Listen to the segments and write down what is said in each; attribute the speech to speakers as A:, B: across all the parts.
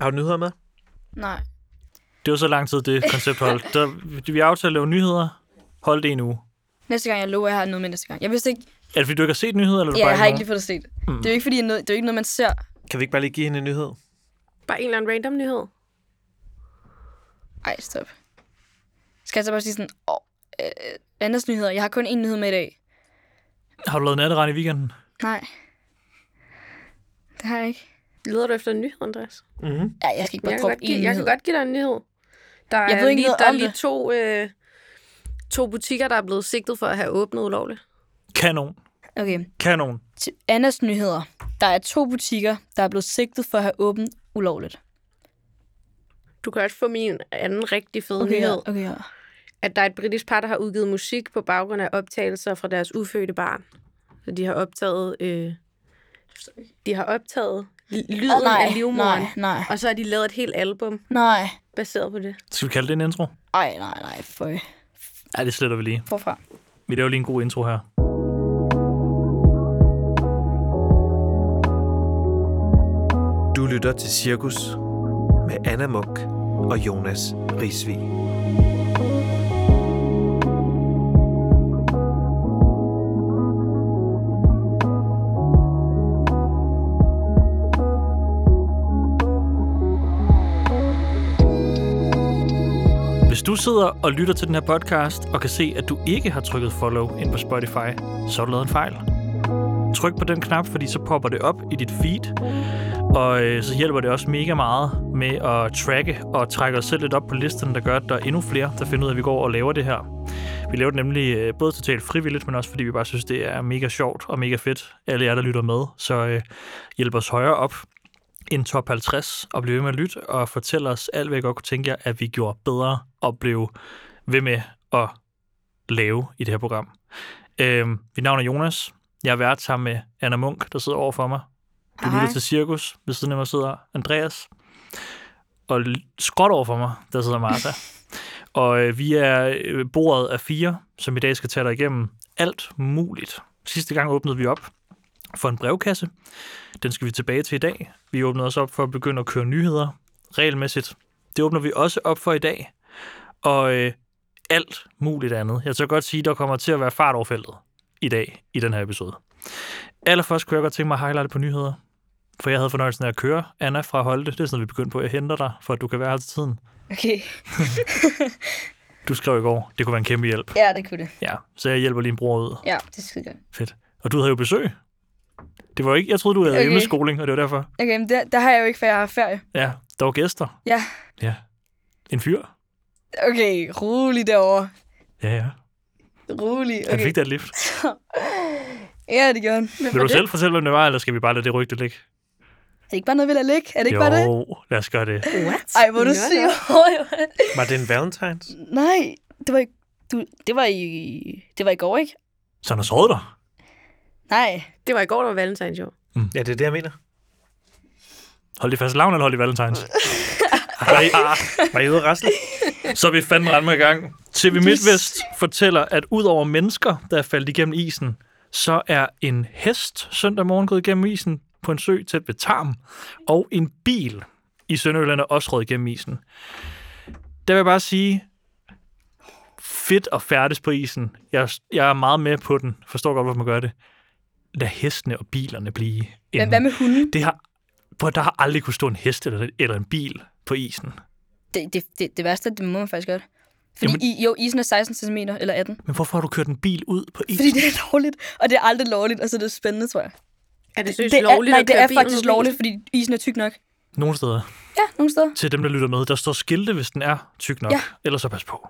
A: Har du nyheder med?
B: Nej.
C: Det var så lang tid, det koncept holdt. Der, vi aftalte at lave nyheder. Hold det en uge.
B: Næste gang, jeg lover, jeg har noget med næste gang. Jeg vidste ikke...
C: Er det fordi, du ikke har set nyheder, eller er du
B: Ja,
C: bare
B: jeg har ikke
C: nogen?
B: lige fået det set. Mm. Det er jo ikke, fordi, jeg er nød- det er jo ikke noget, man ser.
A: Kan vi ikke bare lige give hende en nyhed?
D: Bare en eller anden random nyhed.
B: Ej, stop. Skal jeg så bare sige sådan... Åh, øh, Anders nyheder. Jeg har kun én nyhed med i dag.
C: Har du lavet natterand i weekenden?
B: Nej. Det har jeg ikke.
D: Leder du efter en nyhed, Andreas?
A: Mm-hmm.
B: Ja, jeg skal ikke bare
D: Jeg kan,
B: proppe
D: godt
B: én
D: give, jeg kan
B: nyhed.
D: godt give dig en nyhed. Der
B: Jeg
D: er
B: ved ikke
D: lige,
B: noget
D: der er
B: om
D: lige
B: det.
D: to, øh, to butikker, der er blevet sigtet for at have åbnet ulovligt.
C: Kanon.
B: Okay.
C: Kanon.
B: Til Annas nyheder. Der er to butikker, der er blevet sigtet for at have åbent ulovligt.
D: Du kan også få min anden rigtig fede
B: Okay, ja.
D: nyhed.
B: Okay, ja.
D: At der er et britisk par, der har udgivet musik på baggrund af optagelser fra deres ufødte barn. Så de har optaget... Øh, de har optaget l- lyden
B: Ah, nej,
D: af livmoren.
B: nej, nej.
D: Og så har de lavet et helt album
B: Nej.
D: baseret på det.
C: Skal vi kalde det en intro?
B: Ej, nej, nej. Føj.
C: Ja, det sletter vi lige.
B: Forfra.
C: Vi laver lige en god intro her.
A: Du lytter til Cirkus med Anna Munk og Jonas Risvig.
C: Hvis du sidder og lytter til den her podcast og kan se, at du ikke har trykket follow ind på Spotify, så har du lavet en fejl. Tryk på den knap, fordi så popper det op i dit feed, og øh, så hjælper det også mega meget med at tracke og trække os selv lidt op på listen, der gør, at der er endnu flere, der finder ud af, at vi går og laver det her. Vi laver det nemlig øh, både totalt frivilligt, men også fordi vi bare synes, det er mega sjovt og mega fedt. Alle jer, der lytter med, så øh, hjælp os højere op en top 50 og blive ved med at lytte og fortælle os alt, hvad I godt kunne tænke jer, at vi gjorde bedre og blev ved med at lave i det her program. Øhm, mit navn er Jonas. Jeg er vært sammen med Anna Munk, der sidder over for mig. Du
B: Hej.
C: lytter til Cirkus. Ved siden af mig sidder Andreas. Og l- skråt over for mig, der sidder Martha. og øh, vi er øh, bordet af fire, som i dag skal tage dig igennem alt muligt. Sidste gang åbnede vi op for en brevkasse, den skal vi tilbage til i dag. Vi åbnede også op for at begynde at køre nyheder regelmæssigt. Det åbner vi også op for i dag. Og øh, alt muligt andet. Jeg tør godt sige, der kommer til at være fart over feltet i dag i den her episode. Allerførst kunne jeg godt tænke mig at highlighte på nyheder. For jeg havde fornøjelsen af at køre Anna fra Holte. Det er sådan, noget, vi begyndte på. Jeg henter dig, for at du kan være her til tiden.
B: Okay.
C: Du skrev i går, det kunne være en kæmpe hjælp.
B: Ja, det kunne det.
C: Ja, så jeg hjælper lige en bror ud.
B: Ja, det er skide godt.
C: Fedt. Og du havde jo besøg. Det var jo ikke, jeg troede, du havde
B: Okay.
C: okay. hjemmeskoling, og det var derfor.
B: Okay, men der, der har jeg jo ikke, for jeg har ferie.
C: Ja, der var gæster.
B: Ja.
C: Ja. En fyr?
B: Okay, rolig derovre.
C: Ja, ja.
B: Rolig.
C: Han
B: Okay.
C: fik da et lift.
B: Ja, det gjorde han.
C: Vil du selv fortælle, hvem det var, eller skal vi bare lade det rygte ligge?
B: Er det ikke bare noget, vi lader ligge? Er det ikke
C: jo,
B: bare det?
C: lad os gøre det.
D: What?
B: Ej, hvor er du
D: Nå, nå.
B: siger.
A: Var det en valentines?
B: Nej, det var ikke... Du, det var i... Det var i går, ikke?
C: Så han har såret dig?
B: Nej.
D: Det var i går, der var Valentine's jo.
A: Ja, det er det, jeg mener.
C: Hold det fast lavn, eller hold det valentines?
A: Var I, var I ude at rasle?
C: Så er vi fandme ramme i gang. TV MidtVest fortæller, at udover mennesker, der er faldet igennem isen, så er en hest søndag morgen gået igennem isen på en sø tæt ved Tarm, og en bil i Sønderjylland er også røget igennem isen. Der vil jeg bare sige, fedt at færdes på isen. Jeg, jeg er meget med på den. Forstår godt, hvorfor man gør det. Lad hestene og bilerne blive.
B: Men
C: inde.
B: hvad med hunden?
C: Det har, på, der har aldrig kunne stå en hest eller, eller en bil på isen.
B: Det, det, det, det værste, det må man faktisk godt. Fordi
C: Jamen-
B: i, jo, isen er 16 cm eller 18.
C: Men hvorfor har du kørt en bil ud på isen?
B: Fordi det er lovligt, og det er aldrig lovligt, og så er det spændende, tror jeg.
D: Er det, det,
B: det er,
D: lovligt
B: nej,
D: at
B: det
D: køre
B: er
D: bilen
B: faktisk
D: uden bil?
B: lovligt, fordi isen er tyk nok.
C: Nogle steder.
B: Ja, nogle steder.
C: Til dem, der lytter med, der står skilte, hvis den er tyk nok.
B: Ja.
C: Ellers så pas på.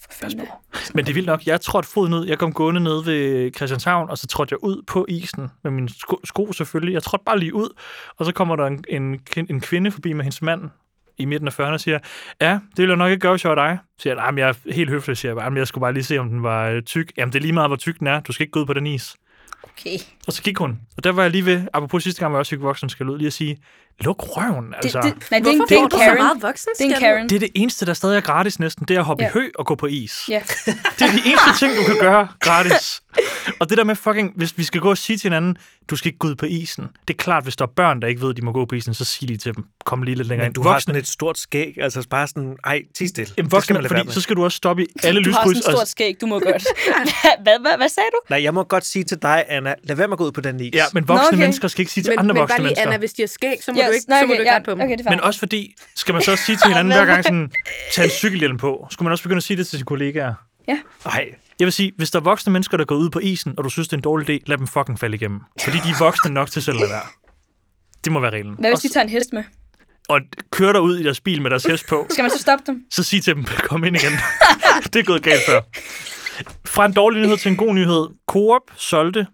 B: For fanden.
C: Men det er vildt nok. Jeg trådte foden ud. Jeg kom gående ned ved Christianshavn, og så trådte jeg ud på isen med mine sko, sko selvfølgelig. Jeg trådte bare lige ud, og så kommer der en, en, kv- en kvinde forbi med hendes mand i midten af 40'erne og siger, ja, det ville jeg nok ikke gøre, hvis jeg var dig. Så siger jeg, nej, men jeg er helt høflig, siger jeg bare, men jeg skulle bare lige se, om den var øh, tyk. Jamen, det er lige meget, hvor tyk den er. Du skal ikke gå ud på den is.
B: Okay.
C: Og så gik hun. Og der var jeg lige ved, apropos sidste gang, hvor jeg også fik voksen skal ud, lige at sige, Luk røven, altså.
B: det, nej, det er, en,
D: Hvorfor
B: det er en
D: får du så
B: Karen.
D: meget voksen?
B: Det er en Karen.
C: Det er det eneste, der stadig er gratis næsten, det er at hoppe ja.
B: Ja.
C: i hø og gå på is.
B: Ja.
C: Det er de eneste ting, du kan gøre gratis. Og det der med fucking, hvis vi skal gå og sige til hinanden, du skal ikke gå ud på isen. Det er klart, hvis der er børn, der ikke ved, at de må gå på isen, så sig lige til dem, kom lige lidt længere
A: Men
C: ind.
A: du har sådan et stort skæg, altså bare sådan, ej, ti stille.
C: Jamen,
A: Det skal
C: voksne,
A: man lade være
C: fordi
A: med.
C: så skal du også stoppe i alle
B: Du har sådan
C: lyskryds.
B: et stort
C: Og,
B: skæg, du må godt. Hvad- hvad, hvad, hvad sagde du?
A: Nej, jeg må godt sige til dig, Anna, lad være med at gå ud på den is.
C: ja, men voksne Nå,
D: Nå,
C: okay.
D: okay.
C: mennesker skal ikke sige til men, andre
D: men
C: voksne
D: bare lige,
C: mennesker.
D: Anna, hvis de har skæg, så må du ikke,
B: nej,
D: så må du ikke
B: ja,
D: rette på dem.
B: Okay, det er
C: Men også fordi, skal man så også sige til hinanden hver gang sådan, tag en cykelhjelm på. Skulle man også begynde at sige det til sine kollegaer?
A: Nej,
C: Jeg vil sige, hvis der er voksne mennesker, der går ud på isen, og du synes, det er en dårlig idé, lad dem fucking falde igennem. Fordi de er voksne nok til selv at lade være. Det må være reglen.
B: Hvad hvis
C: Og
B: de tager en hest med?
C: og kører dig ud i deres bil med deres hest på,
B: Skal man så stoppe dem?
C: så sig til dem, kom ind igen. det er gået galt før. Fra en dårlig nyhed til en god nyhed. Coop solgte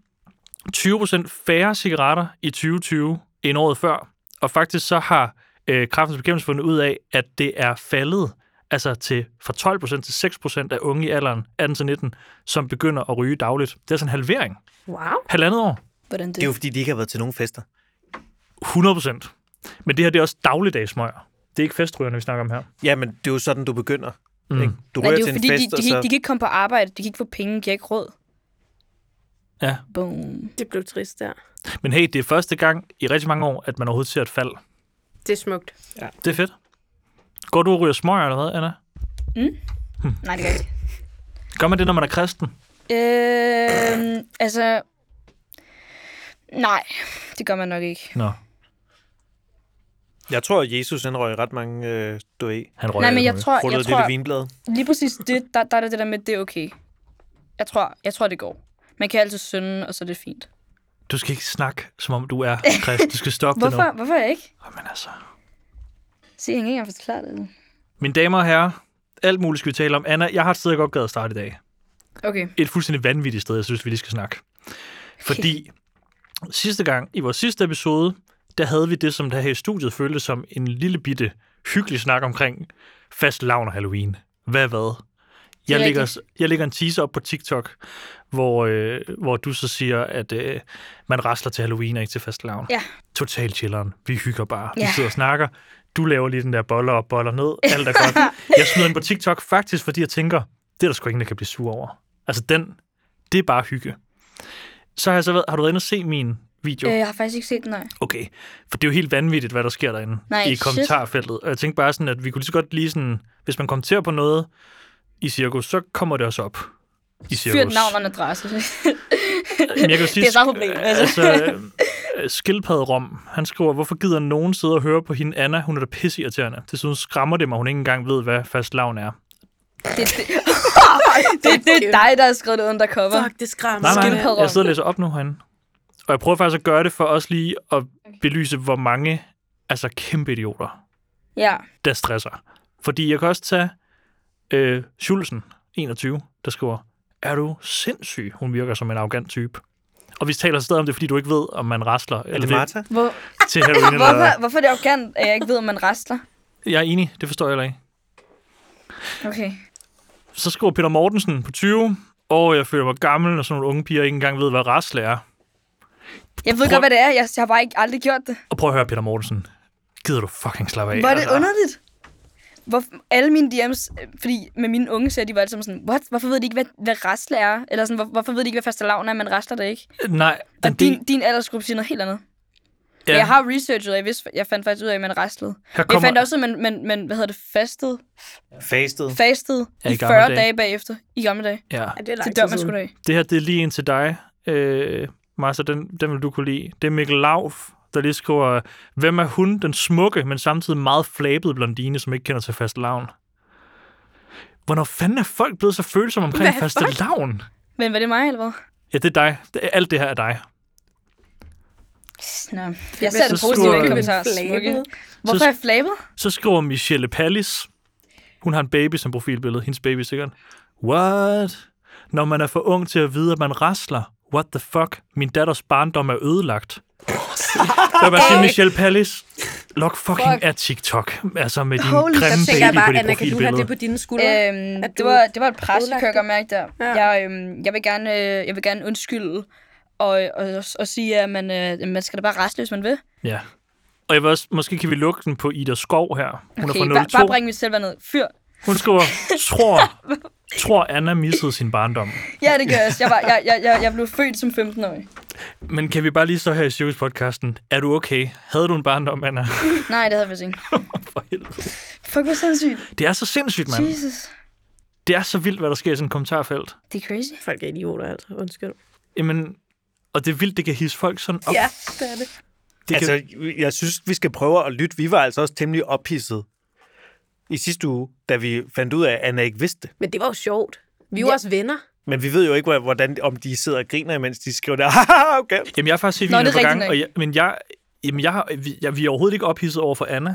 C: 20% færre cigaretter i 2020 end året før. Og faktisk så har øh, Kræftens Bekæmpelse fundet ud af, at det er faldet altså til fra 12% til 6% af unge i alderen 18-19, til 19, som begynder at ryge dagligt. Det er sådan en halvering.
D: Wow.
C: Halvandet år.
B: Hvordan det?
A: det er jo fordi, de ikke har været til nogen fester.
C: 100%. Men det her, det er også dagligdagsmøger. Det er ikke festrygerne, vi snakker om her.
A: Jamen, det er jo sådan, du begynder.
C: Mm.
A: Ikke? Du
B: Nej,
A: rører
B: det er
A: til
B: jo
A: en
B: fordi,
A: fest,
B: de, de,
A: og
B: kan
A: så...
B: ikke- de kan ikke komme på arbejde, de kan ikke få penge, de har ikke råd.
C: Ja.
B: Boom.
D: Det blev trist der.
C: Men hey, det er første gang i rigtig mange år, at man overhovedet ser et fald.
D: Det er smukt.
C: Det er fedt. Går du og ryger smøger eller hvad, Anna?
B: Nej, det kan jeg ikke.
C: Gør man det, når man er kristen?
B: Øh, altså... Nej, det gør man nok ikke.
C: Nå,
A: Jeg tror, at Jesus han røg ret mange, øh, du ved,
C: han røg
B: Nej, men
C: alt
B: jeg
C: muligt.
B: tror,
A: rullede
B: jeg
A: et lille
B: tror
A: vinblad.
B: lige præcis det, der, der er det der med, at det er okay. Jeg tror, jeg tror, det går. Man kan altid synde, og så er det fint.
C: Du skal ikke snakke, som om du er kristen. Du skal stoppe det nu.
B: Hvorfor, hvorfor ikke?
C: Åh, Men altså.
B: Se, jeg har ikke engang forklaret det.
C: Mine damer og herrer, alt muligt skal vi tale om. Anna, jeg har et sted, jeg godt gad at starte i dag.
B: Okay.
C: Et fuldstændig vanvittigt sted, jeg synes, vi lige skal snakke. Fordi sidste gang, i vores sidste episode, der havde vi det, som der her i studiet følte som en lille bitte hyggelig snak omkring fast lavn og Halloween. Hvad er hvad? Jeg
B: Det er
C: lægger, jeg lægger en teaser op på TikTok, hvor, øh, hvor du så siger, at øh, man rasler til Halloween og ikke til fast lavn.
B: Ja.
C: Total chilleren. Vi hygger bare. Vi
B: Ja.
C: sidder og snakker. Du laver lige den der boller op, boller ned. Alt er godt. Jeg smider den på TikTok faktisk, fordi jeg tænker, det er der sgu ingen, der kan blive sur over. Altså den, det er bare hygge. Så har, jeg så været, har du været inde og se min video?
B: Øh, jeg har faktisk ikke set den, nej.
C: Okay, for det er jo helt vanvittigt, hvad der sker derinde
B: Nej,
C: i
B: shit.
C: kommentarfeltet. Og jeg tænkte bare sådan, at vi kunne lige så godt lige sådan, hvis man kommenterer på noget i cirkus, så kommer det også op i cirkus.
B: Fyrt navn og en adresse.
C: Jamen, jeg kan jo sige,
B: Det er så problemet, altså.
C: altså øh, skildpadderom, han skriver, hvorfor gider nogen sidde og høre på hende Anna? Hun er da pisseirriterende. Desuden skræmmer det mig, hun ikke engang ved, hvad fast lavn er.
B: det, det, det, det, er dig, der har skrevet det undercover.
D: Fuck, det skræmmer.
C: Nej, nej,
B: Skildpadderom.
C: jeg sidder og læser op nu herinde. Og jeg prøver faktisk at gøre det for også lige at belyse, hvor mange altså kæmpe idioter,
B: Ja.
C: der stresser. Fordi jeg kan også tage øh, Schulzen, 21, der skriver, er du sindssyg? Hun virker som en arrogant type. Og vi taler stadig om det, fordi du ikke ved, om man rasler
A: Er
C: eller
A: det Martha?
B: Hvor,
C: til heroin.
B: hvorfor,
C: Eller...
B: hvorfor er det arrogant, at jeg ikke ved, om man rastler?
C: Jeg er enig, det forstår jeg heller ikke.
B: Okay.
C: Så skriver Peter Mortensen på 20, og jeg føler mig gammel, og sådan nogle unge piger ikke engang ved, hvad rasle er.
B: Jeg ved
C: Prøv-
B: godt, hvad det er. Jeg, jeg har bare ikke, aldrig gjort det.
C: Og prøv at høre, Peter Mortensen. Gider du fucking slappe af? altså?
B: Hvor er det underligt? Hvor, alle mine DM's, øh, fordi med mine unge ser, de var altid sådan, What? hvorfor ved de ikke, hvad, hvad rasle er? Eller sådan, hvor, hvorfor ved de ikke, hvad fastelavn er, man rasler det ikke?
C: Nej,
B: Og
C: men
B: din, din aldersgruppe siger noget helt andet. Ja. Jeg har researchet, og jeg, vidste, jeg fandt faktisk ud af, at man raslede.
C: her
B: Jeg
C: kommer,
B: fandt også, at man, man, man hvad hedder det, fastede,
A: Fastet.
B: fastede
C: Ja, i
B: i 40
C: gamle dage.
B: dage. bagefter i gamle dage.
C: ja,
D: Ja, det er lang
B: Det dør
D: tid
B: man sgu
D: siden.
B: da af.
C: det her det er lige en til dig, øh, Martha, den, den vil du kunne lide. Det er Mikkel Lauf, der lige skriver, hvem er hun, den smukke, men samtidig meget flabede blondine, som ikke kender til fast lavn? Hvornår fanden er folk blevet så følsomme omkring
D: Hvad
C: faste lavn?
B: Men var det mig, eller hvad?
C: Ja, det er dig. Det- Alt det her er dig.
B: Nå, jeg
C: så
B: ser den
C: skriver-
B: positive i kommentar.
D: Flabet.
B: Smukke. Hvorfor er jeg flabet?
C: Så skriver Michelle Pallis. Hun har en baby som profilbillede. Hendes baby er sikkert. What? Når man er for ung til at vide, at man rasler. What the fuck? Min datters barndom er ødelagt. Der var sige, Michelle Pallis. Log fucking
B: Fuck.
C: af TikTok. Altså med din
B: Holy-
D: Der
C: grimme
D: tænker
C: baby
D: jeg bare,
C: på dit
D: Anna, kan du have det
C: profilbillede.
D: på dine skuldre?
B: Øhm,
D: at
B: det,
D: du
B: var, det var et pres,
D: ødelagte-
B: jeg kan mærke der.
D: Ja.
B: Ja. Jeg, øhm, jeg, vil gerne, øh, jeg vil gerne undskylde og, og, og, og sige, at man, øh, man skal da bare rasle, hvis man vil.
C: Ja. Og jeg vil også, måske kan vi lukke den på Ida Skov her. Hun
B: Okay,
C: er
B: bare,
C: fra
B: bare
C: 02.
B: bring mit selv ned. Fyr.
C: Hun skriver, tror, tror Anna missede sin barndom.
B: Ja, det gør jeg også. Jeg, var, jeg, jeg, jeg, jeg blev født som 15-årig.
C: Men kan vi bare lige så her i Cirkus-podcasten. Er du okay? Havde du en barndom, Anna?
B: Nej, det havde jeg faktisk ikke.
C: For helvede.
B: Fuck, hvor sindssygt.
C: Det er så sindssygt, mand.
B: Jesus.
C: Det er så vildt, hvad der sker i sådan et kommentarfelt.
B: Det er crazy.
D: Folk er idioter, altså. Undskyld.
C: Jamen, og det er vildt, det kan hisse folk sådan op.
B: Ja, det er det.
C: Det kan,
A: Altså, jeg synes, vi skal prøve at lytte. Vi var altså også temmelig ophidset i sidste uge, da vi fandt ud af, at Anna ikke vidste. det.
D: Men det var jo sjovt. Vi er jo
B: Ja.
D: også venner.
A: Men vi ved jo ikke, hvordan, om de sidder og griner, mens de skriver der. Haha, okay.
C: jamen, jeg har faktisk set
B: Nå, det er
C: videoen på
B: rigtigt
C: gang,
B: nok.
C: og jeg, men jeg, jamen, jeg, har- vi, jeg, vi er overhovedet ikke ophidset over for Anna.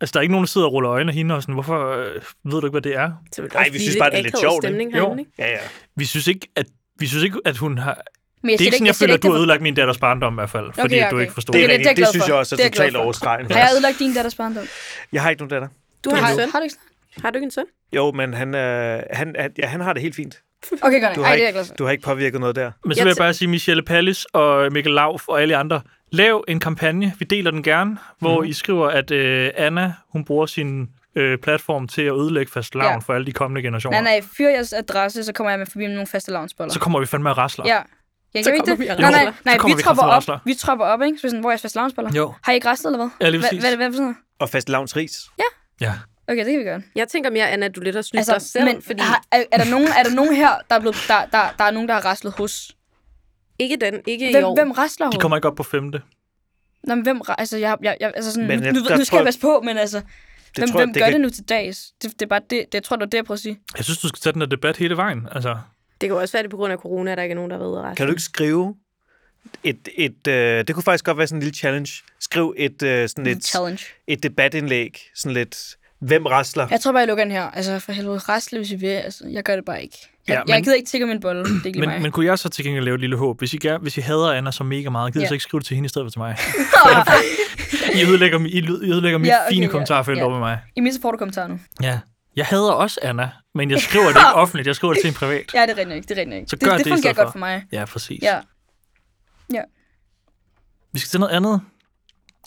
C: Altså, der er ikke nogen, der sidder og ruller øjne af hende og sådan, hvorfor øh, ved du ikke, hvad det er?
D: Så vil det
A: Ej,
D: også
A: vi
D: blive
A: synes bare, det er lidt
D: akavet
A: sjovt, ikke?
D: Stemning
C: Jo.
D: herinde, ikke?
A: Ja, ja.
C: Vi synes ikke, at vi synes ikke, at hun har... Det
B: Men jeg
C: er ikke sådan, jeg
B: siger
C: føler, at
B: ikke,
C: du har
B: det var-
C: ødelagt min datters barndom i hvert fald, fordi
B: Okay,
C: at du
B: okay.
C: ikke forstod
A: Det,
B: Det
A: er
B: er
A: rigtigt.
B: jeg
A: det,
B: glad
A: synes
B: for.
A: jeg også
B: Det er
A: er
B: jeg glad
A: totalt
B: for.
A: overstregende.
B: Har jeg ødelagt din datters barndom?
A: Jeg har ikke nogen datter.
D: Du har en søn.
B: Har du ikke sådan?
D: Har du ikke en søn?
A: Jo, men han, øh, han, han, ja, han har det helt fint.
B: Okay, godt.
A: Du
B: Ej,
A: har,
B: det er jeg
A: ikke,
B: glad for.
A: du har ikke påvirket noget der.
C: Men så
D: Jeg
C: vil jeg
D: tæ-
C: bare sige, Michelle Pallis og Mikkel Lauf og alle andre, lav en kampagne, vi deler den gerne, hvor
B: Mhm.
C: mm. I skriver, at øh, Anna, hun bruger sin øh, platform til at ødelægge fast lavn ja.
B: Ja.
C: for alle de kommende generationer.
B: Nej, nej, fyr jeres adresse, så kommer jeg med forbi med nogle faste lavnsboller.
C: Så kommer vi fandme og rasler.
B: Ja. Jeg
D: Så
B: kan ikke
D: kommer
B: det.
D: vi og
B: Nej, nej,
D: rasler.
B: nej,
C: Så kommer
B: vi,
C: vi
B: tropper
C: kraftigt og rasler.
B: op. Vi tropper op, ikke? Så sådan, hvor er jeres faste lavnsboller?
C: Jo.
B: Har I ikke restet, eller hvad?
C: Ja, lige
B: Hvad-
C: præcis.
B: Hvad er det hvad for sådan noget?
A: Og fast lavns ris.
C: Ja.
B: Okay, det kan vi gøre. Altså,
D: Jeg tænker mere, Anna, at du lidt har snydt dig selv,
B: men
D: fordi
B: har, er, er, der nogen, er der nogen her, der er, blevet, der, der, der er nogen, der har raslet hos?
D: ikke den, ikke i
B: Hvem,
D: år.
B: hvem rasler hos?
C: De kommer ikke op på femte.
B: Nå, men hvem, ra- altså, jeg, jeg, jeg, altså sådan,
A: Men
B: men,
A: jeg-
B: nu, ved-
A: der
B: nu skal
A: tror
B: jeg
A: jeg-
B: passe på, men altså, hvem,
A: tror jeg,
B: hvem
A: det
B: gør
A: kan-
B: det nu til dags? Det, det er bare det, det, jeg tror, det var det, jeg prøver at sige.
C: Jeg synes, du skal tage den her debat hele vejen. Altså,
D: Det kan jo også være, at det er på grund af corona, at der ikke er nogen, der ved ret.
A: Kan du ikke skrive et... et øh, det kunne faktisk godt være sådan en lille challenge. Skriv et, øh, sådan
B: Lidt.
A: et,
B: Challenge.
A: et debatindlæg. Sådan lidt... Hvem rasler?
B: Jeg tror bare, jeg lukker den her. Altså, for helvede, rasle, hvis I vil. Altså, jeg gør det bare ikke. Jeg,
C: Ja,
B: ja, men, jeg
C: men-
B: gider ikke tikke min bolle. Det er ikke lige
C: men,
B: mig.
C: men kunne jeg så til gengæld lave et lille håb? Hvis I, gerne, hvis I hader Anna så mega meget, gider I
B: Ja.
C: så ikke skrive det til hende i stedet for til mig? I ødelægger, mi- I lyd- I ødelægger mit
B: Ja, okay,
C: fine
B: ja.
C: kommentarfelt
B: Ja.
C: over med mig.
B: I mindst får du kommentarer nu.
C: Ja. Jeg hader også Anna, men jeg skriver det ikke offentligt. Jeg skriver det til en privat.
B: Ja, det er rent ikke. Det, er rent ikke.
C: Så
B: det,
C: gør
B: det,
C: det i
B: fungerer
C: stedet
B: godt for mig.
C: Ja, præcis.
B: Ja.
C: Vi skal til noget andet,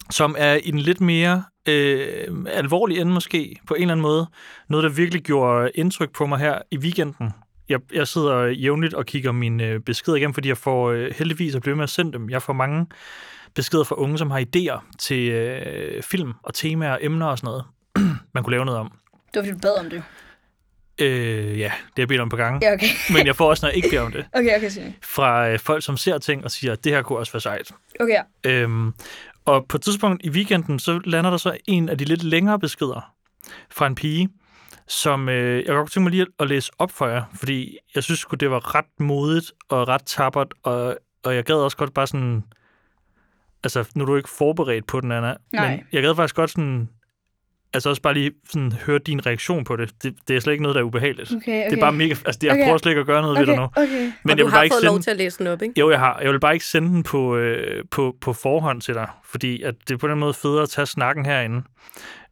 C: som er i den lidt mere øh, alvorlige ende måske, på en eller anden måde. Noget, der virkelig gjorde indtryk på mig her i weekenden. Jeg, jeg sidder jævnligt og kigger mine øh, beskeder igennem, fordi jeg får øh, heldigvis at blive med at sende dem. Jeg får mange beskeder fra unge, som har idéer til øh, film og temaer og emner og sådan noget, man kunne lave noget om.
B: Det var, fordi du bad om det. jo.
C: Øh, ja, det har jeg bedt om på gange.
B: Ja, okay.
C: Men jeg får også, når jeg ikke beder om det,
B: Okay, okay, siger jeg.
C: fra øh, folk, som ser ting og siger, at det her kunne også være sejt.
B: Okay, ja.
C: Øhm, og på et tidspunkt i weekenden, så lander der så en af de lidt længere beskeder fra en pige, som øh, jeg godt kunne tænke mig lige at, at læse op for jer, fordi jeg synes sgu, det var ret modigt og ret tappert, og, og jeg gad også godt bare sådan... Altså, nu er du ikke forberedt på den, Anna,
B: Nej.
C: men jeg gad faktisk godt sådan... Altså også bare lige sådan, høre din reaktion på det. det. Det er slet ikke noget, der er ubehageligt.
D: Mm,
B: Okay, okay.
C: Det er bare mega... Altså, det, jeg
B: Okay.
C: prøver slet ikke at gøre noget ved
B: okay,
C: dig nu.
B: okay.
C: Men
D: og
C: jeg
D: du
C: vil
D: har
C: bare
D: fået
C: ikke
D: lov
C: sende...
D: til at læse den op, ikke?
C: Jo, jeg har. Jeg vil bare ikke sende den på, øh, på, på forhånd til dig, fordi at det er på den måde federe at tage snakken herinde.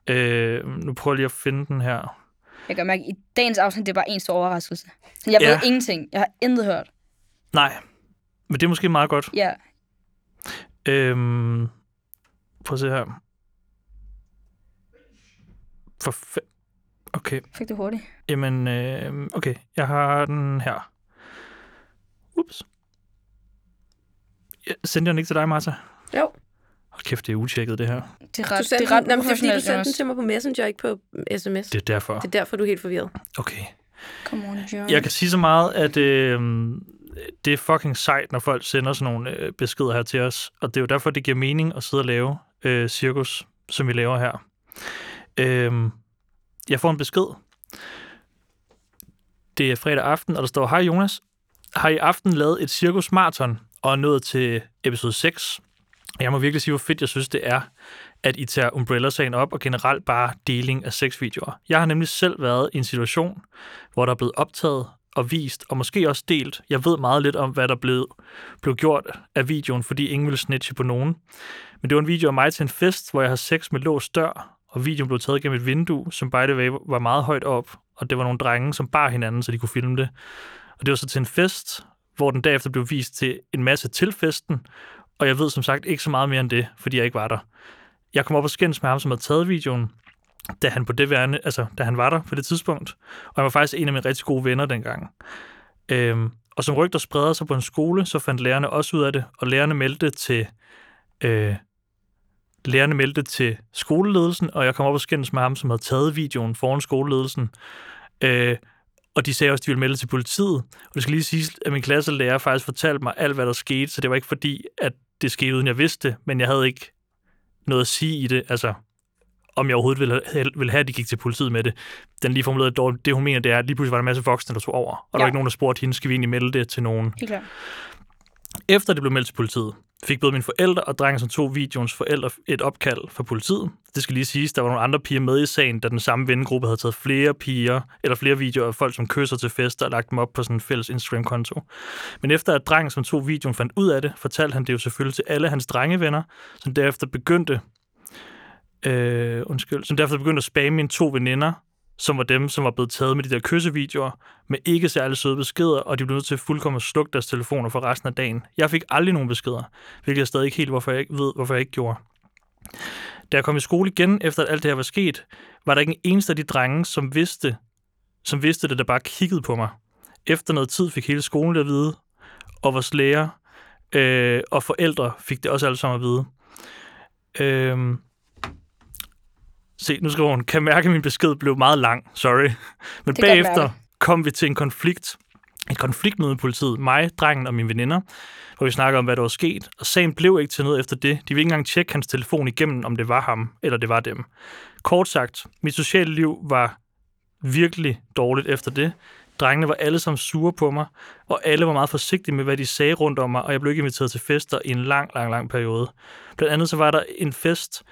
C: Øh, nu prøver jeg lige at finde den her.
B: Jeg kan mærke, at i dagens afsnit, det er bare en stor overraskelse. Jeg ved
C: Ja.
B: ja. ingenting. Jeg har intet hørt.
C: Nej, men det er måske meget godt.
B: Ja.
C: Øh, prøv at se her. For fe- Okay,
B: Fik det hurtigt.
C: jamen, øh, okay, jeg har den her. Ups. Jeg sendte jeg den ikke til dig, Martha?
D: Jo.
C: Hold kæft, det er utjekket, det her.
B: Det er
D: Du
B: ret,
D: sendte,
B: det er ret
D: den, Nå, men det er fordi, du
B: uprofessionelt,
D: sendte den
B: Jonas.
D: til mig på Messenger, ikke på øh, sms.
C: Det er derfor.
D: Det er derfor, du er helt forvirret.
C: Okay.
B: Come on, John.
C: Jeg kan sige så meget, at øh, det er fucking sejt, når folk sender sådan nogle øh, beskeder her til os. Og det er jo derfor, det giver mening at sidde og lave øh, cirkus, som vi laver her. Øh, jeg får en besked. Det er fredag aften, og der står, Hej Jonas, har i aften lavet et cirkusmarathon og er nået til episode 6. Jeg må virkelig sige, hvor fedt jeg synes, det er, at I tager Umbrella-sagen op og generelt bare deling af sexvideoer. Jeg har nemlig selv været i en situation, hvor der er blevet optaget og vist, og måske også delt. Jeg ved meget lidt om, hvad der blev, blev gjort af videoen, fordi ingen ville snitche på nogen. Men det var en video af mig til en fest, hvor jeg har sex med låst dør, og videoen blev taget gennem et vindue, som by the way var meget højt op, og det var nogle drenge, som bar hinanden, så de kunne filme det. Og det var så til en fest, hvor den derefter blev vist til en masse til festen, og jeg ved som sagt ikke så meget mere end det, fordi jeg ikke var der. Jeg kom op og skændes med ham, som havde taget videoen, da han, på det værne, altså, da han var der på det tidspunkt. Og han var faktisk en af mine rigtig gode venner dengang. Øhm, og som rygter spreder sig på en skole, så fandt lærerne også ud af det, og lærerne meldte til øh, lærerne meldte til skoleledelsen, og jeg kom op og skændes med ham, som havde taget videoen foran skoleledelsen. Øh, og de sagde også, at de ville melde til politiet. Og det skal lige siges, at min klasselærer faktisk fortalte mig alt, hvad der skete, så det var ikke fordi, at det skete, uden jeg vidste det, men jeg havde ikke noget at sige i det, altså om jeg overhovedet ville have, ville have, at de gik til politiet med det. Den lige formulerede dårligt. Det, hun mener, det er, at lige pludselig var der en masse voksne, der tog over. Og ja. der
B: Ja.
C: var ikke nogen, der spurgte hende, skal vi egentlig melde det til nogen?
B: Helt klart.
C: Efter det blev meldt til politiet, fik både mine forældre og drengen, som tog videoens forældre, et opkald fra politiet. Det skal lige siges, der var nogle andre piger med i sagen, da den samme vennegruppe havde taget flere piger, eller flere videoer af folk, som kysser til fester og lagt dem op på sådan en fælles Instagram-konto. Men efter at drengen, som tog videoen, fandt ud af det, fortalte han det jo selvfølgelig til alle hans drengevenner, som derefter begyndte, øh, undskyld, som derefter begyndte at spamme mine to veninder, som var dem, som var blevet taget med de der kyssevideoer, med ikke særlig søde beskeder, og de blev nødt til fuldkommen at slukke deres telefoner for resten af dagen. Jeg fik aldrig nogen beskeder, hvilket jeg stadig ikke helt hvorfor jeg ikke ved, hvorfor jeg ikke gjorde. Da jeg kom i skole igen, efter at alt det her var sket, var der ikke en eneste af de drenge, som vidste, som vidste det, der bare kiggede på mig. Efter noget tid fik hele skolen det at vide, og vores lærer øh, og forældre fik det også alle sammen at vide. Øhm, se, nu skriver hun, kan mærke, at min besked blev meget lang, sorry. Men
B: Det kan jeg godt
C: bagefter
B: mærke.
C: kom vi til en konflikt, et konfliktmøde med politiet, mig, drengen og mine veninder, hvor vi snakker om, hvad der var sket, og sagen blev ikke til noget efter det. De ville ikke engang tjekke hans telefon igennem, om det var ham, eller det var dem. Kort sagt, mit sociale liv var virkelig dårligt efter det. Drengene var alle sammen sure på mig, og alle var meget forsigtige med, hvad de sagde rundt om mig, og jeg blev ikke inviteret til fester i en lang, lang, lang periode. Blandt andet så var der en fest,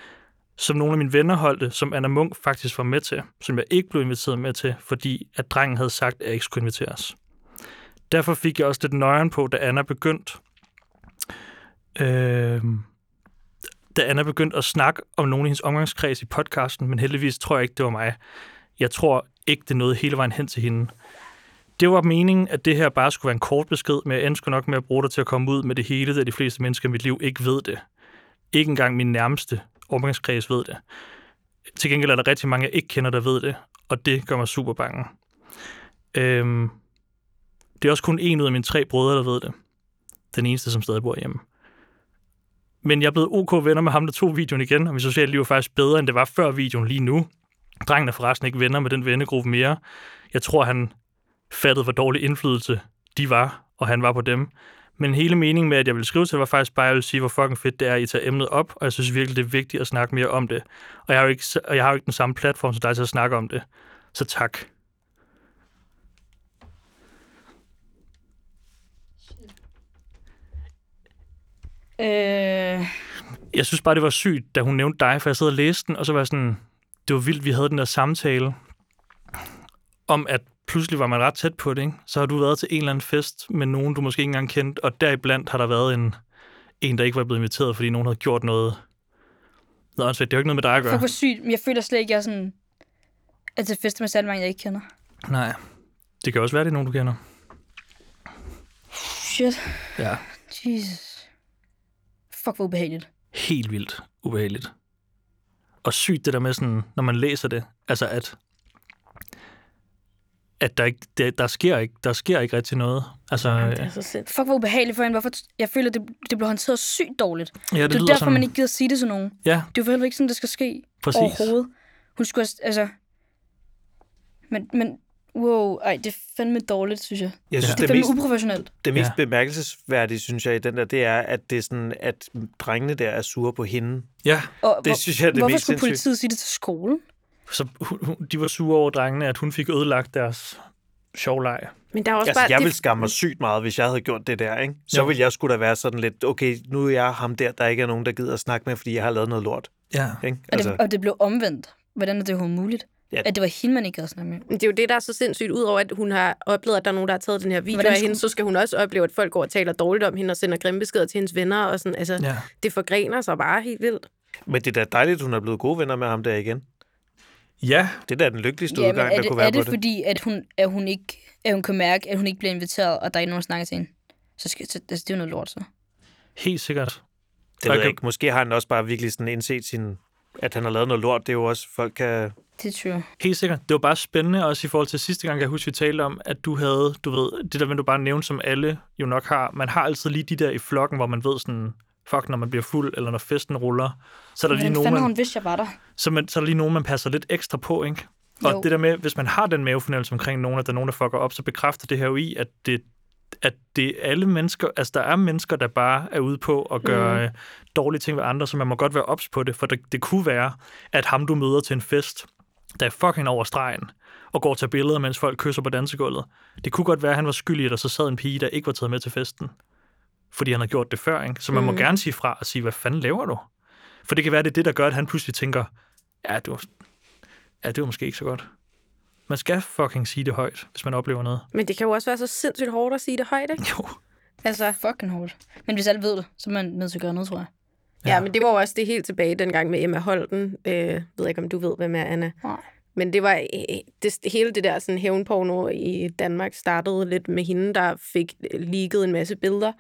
C: som nogle af mine venner holdte, som Anna Munk faktisk var med til, som jeg ikke blev inviteret med til, fordi at drengen havde sagt, at jeg ikke skulle inviteres. Derfor fik jeg også lidt nøjeren på, da Anna begyndte øh, da Anna begyndte at snakke om nogen i hendes omgangskreds i podcasten, men heldigvis tror jeg ikke, det var mig. Jeg tror ikke, det nåede hele vejen hen til hende. Det var meningen, at det her bare skulle være en kort besked, men jeg endte sgu nok med at bruge dig til at komme ud med det hele, da de fleste mennesker i mit liv ikke ved det. Ikke engang min nærmeste omgangskreds ved det. Til gengæld er der rigtig mange, jeg ikke kender, der ved det, og det gør mig super bange. Øhm, det er også kun en ud af mine tre brødre, der ved det. Den eneste, som stadig bor hjemme. Men jeg er blevet ok venner med ham, der tog videoen igen, og mit sociale liv er faktisk bedre, end det var før videoen lige nu. Drengen er forresten ikke venner med den vennegruppe mere. Jeg tror, han fattede, hvor dårlig indflydelse de var, og han var på dem. Men hele meningen med, at jeg ville skrive til, det, var faktisk bare, at jeg ville sige, hvor fucking fedt det er, at I tager emnet op, og jeg synes virkelig, det er vigtigt at snakke mere om det. Og jeg har jo ikke, og jeg har jo ikke den samme platform som dig til at snakke om det. Så tak.
B: Øh,
C: jeg synes bare, det var sygt, da hun nævnte dig, for jeg sad og læste den, og så var jeg sådan, det var vildt, vi havde den der samtale om, at pludselig var man ret tæt på det, ikke? Så har du været til en eller anden fest med nogen, du måske ikke engang kendte, og deriblandt har der været en, en der ikke var blevet inviteret, fordi nogen havde gjort noget. Nå, altså, det er jo ikke noget med dig at
B: fuck,
C: gøre.
B: hvor sygt. Men jeg føler slet ikke, at jeg er sådan... At til fester med særlig mange, jeg ikke kender.
C: Nej. Det kan også være, det er nogen, du kender.
B: Shit.
C: Ja.
B: Jesus. Fuck, hvor ubehageligt.
C: helt vildt ubehageligt. Og sygt det der med sådan, når man læser det, altså at, at der, ikke, der, der, sker ikke, der sker ikke rigtig noget. Altså,
D: Det
C: ja,
D: er så sindssygt.
B: Fuck, hvor ubehageligt for hende. Hvorfor t- jeg føler, det, det blev håndteret sygt dårligt. Det,
C: det,
B: det er
C: lyder
B: derfor,
C: sådan,
B: man ikke gider sige det til nogen.
C: Ja,
B: Det er jo for helvede ikke sådan, det skal ske
C: Præcis.
B: overhovedet. Hun skulle også- altså... Men, men wow, ej, det er fandme dårligt, synes jeg.
A: Jeg synes,
B: Det er
A: det,
B: fandme
A: mest,
B: uprofessionelt.
A: det mest
C: Ja.
A: bemærkelsesværdige, synes jeg, i den der, det er, at det er sådan, at drengene der er sure på hende.
C: ja.
B: Og
A: Det synes jeg er det
B: hvorfor
A: mest
B: skulle
A: sindssygt.
B: politiet sige det til skolen?
C: Så hun, hun, de var sure over drengene, at hun fik ødelagt deres sjovleje.
D: Men der er også
A: Altså,
D: bare...
A: jeg
D: det-
A: ville skamme mig sygt meget, hvis jeg havde gjort det der, ikke? Så
C: Jo.
A: ville jeg skulle da være sådan lidt, okay, nu er jeg ham der, der ikke er nogen, der gider at snakke med, fordi jeg har lavet noget lort,
C: Ja.
A: ikke? Altså,
B: Og, det, og det blev omvendt. Hvordan er det overhovedet muligt?
A: Ja.
B: Ja. At det var hende, man ikke havde snakket med.
D: Men Det er jo det, der er så sindssygt, udover at hun har oplevet, at der er nogen, der har taget den her video
B: Hvordan
D: af
B: skulle-
D: hende, så skal hun også opleve, at folk går og taler dårligt om hende og sender grimme beskeder til hendes venner. Og sådan. Altså,
C: Ja.
D: Det forgrener sig bare helt vildt.
A: Men det er da dejligt, at hun er blevet gode venner med ham der igen.
C: Ja,
A: Det er da den lykkeligste
B: men
A: udgang,
B: er
A: der
B: det,
A: kunne
B: er
A: være
B: det,
A: på det.
B: fordi, at hun, at, hun ikke, at hun kan mærke, at hun ikke bliver inviteret, og der er ikke nogen, der snakker til hende? Så, skal, så altså, det er jo noget lort, så.
C: helt sikkert.
A: Det ved
C: Okay.
A: jeg ikke. Måske har han også bare virkelig sådan indset sin at han har lavet noget lort, det er jo også, folk kan...
B: Det tror jeg.
C: Helt sikkert. Det var bare spændende, også i forhold til sidste gang, kan jeg huske, vi talte om, at du havde, du ved, det der med, du bare nævnte, som alle jo nok har, man har altid lige de der i flokken, hvor man ved sådan, fuck, når man bliver fuld, eller når festen ruller, så er der lige
B: Hvordan
C: nogen,
B: fanden har
C: man,
B: hun vidst, jeg var der?
C: så, man, så er der lige nogen, man passer lidt ekstra på, ikke? Og
B: Jo.
C: det der med, hvis man har den mavefornemmelse omkring nogen, at der er nogen, der fucker op, så bekræfter det her jo i, at det, at det er alle mennesker, altså der er mennesker, der bare er ude på at gøre mm. dårlige ting ved andre, så man må godt være ops på det, for det, det kunne være, at ham du møder til en fest, der er fucking over stregen, og går og tager billeder, mens folk kysser på dansegulvet. Det kunne godt være, at han var skyldig, at der så sad en pige, der ikke var taget med til festen, fordi han havde gjort det før, ikke? Så man mm. må gerne sige fra og sige, hvad fanden laver du? For det kan være, det er det, der gør, at han pludselig tænker, ja, det var, ja, det var måske ikke så godt. Man skal fucking sige det højt, hvis man oplever noget.
D: Men det kan jo også være så sindssygt hårdt at sige det højt, ikke?
C: Jo.
B: Altså, fucking hårdt. Men hvis alle ved det, så er man nødt til at gøre noget, tror jeg.
D: Ja, men det var jo også det helt tilbage dengang med Emma Holten. Øh, ved ikke, om du ved, hvem er Anna.
B: Nej.
D: Men det var øh, det, hele det der sådan hævnporno i Danmark startede lidt med hende, der fik leaget en masse billeder.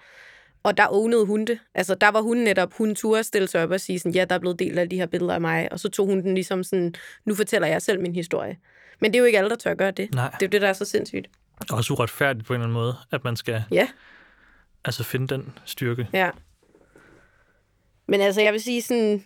D: Og der ownede hun det. Altså, der var hun netop, hun turde stille sig op og sige sådan, ja, der er blevet delt af de her billeder af mig. Og så tog hun den ligesom sådan, nu fortæller jeg selv min historie. Men det er jo ikke alle, der tør gøre det.
C: Nej.
D: Det er jo det, der er så sindssygt.
C: Og også uretfærdigt på en eller anden måde, at man skal
D: Ja.
C: altså finde den styrke.
D: Ja. Men altså, jeg vil sige sådan...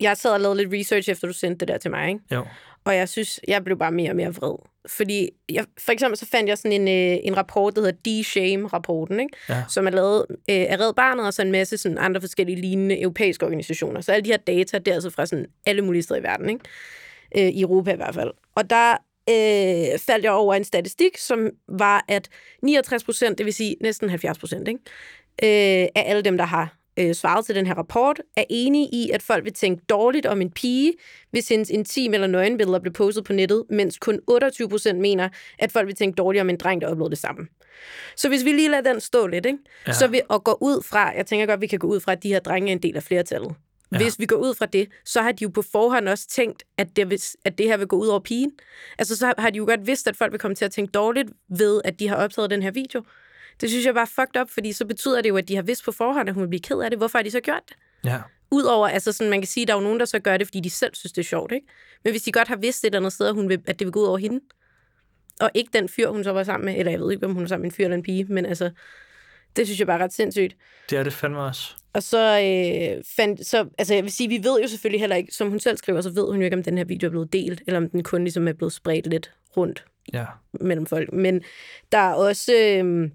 D: Jeg sad og lavede lidt research, efter du sendte det der til mig, ikke?
C: Jo.
D: Og jeg synes, jeg blev bare mere og mere vred. Fordi, jeg, for eksempel så fandt jeg sådan en, øh, en rapport, der hedder D-Shame-rapporten, ikke?
C: Ja.
D: Som er lavet øh, af Red Barnet og så en masse sådan andre forskellige lignende europæiske organisationer. Så alle de her data, det er altså fra sådan alle mulige steder i verden, ikke? øh, i Europa i hvert fald. Og der øh, faldt jeg over en statistik, som var, at 69 procent, det vil sige næsten 70 procent, øh, af alle dem, der har øh, svaret til den her rapport, er enige i, at folk vil tænke dårligt om en pige, hvis hendes intim- eller nøgenbilleder blev postet på nettet, mens kun 28 procent mener, at folk vil tænke dårligt om en dreng, der oplevede det samme. Så hvis vi lige lader den stå lidt, ikke? Ja. så vi og går ud fra, jeg tænker godt, vi kan gå ud fra, at de her drenge er en del af flertallet. Ja. Hvis vi går ud fra det, så har de jo på forhånd også tænkt, at det, vil, at det her vil gå ud over pigen. Altså, så har- har de jo godt vidst, at folk vil komme til at tænke dårligt ved, at de har optaget den her video. Det synes jeg bare er fucked up, fordi så betyder det jo, at de har vidst på forhånd, at hun vil blive ked af det. Hvorfor har de så gjort det?
C: Ja.
D: Udover, altså sådan, man kan sige, at der er jo nogen, der så gør det, fordi de selv synes, det er sjovt, ikke? Men hvis de godt har vidst et eller andet sted, at, hun vil, at det vil gå ud over hende, og ikke den fyr, hun så var sammen med, eller jeg ved ikke, om hun var sammen med en fyr eller en pige, men altså, det synes jeg bare er ret sindssygt.
C: Det er det fandme også.
D: Og så øh, fandt, så, altså jeg vil sige, vi ved jo selvfølgelig heller ikke, som hun selv skriver, så ved hun jo ikke, om den her video er blevet delt, eller om den kun ligesom er blevet spredt lidt rundt
C: Ja.
D: mellem folk. Men der er også, øh,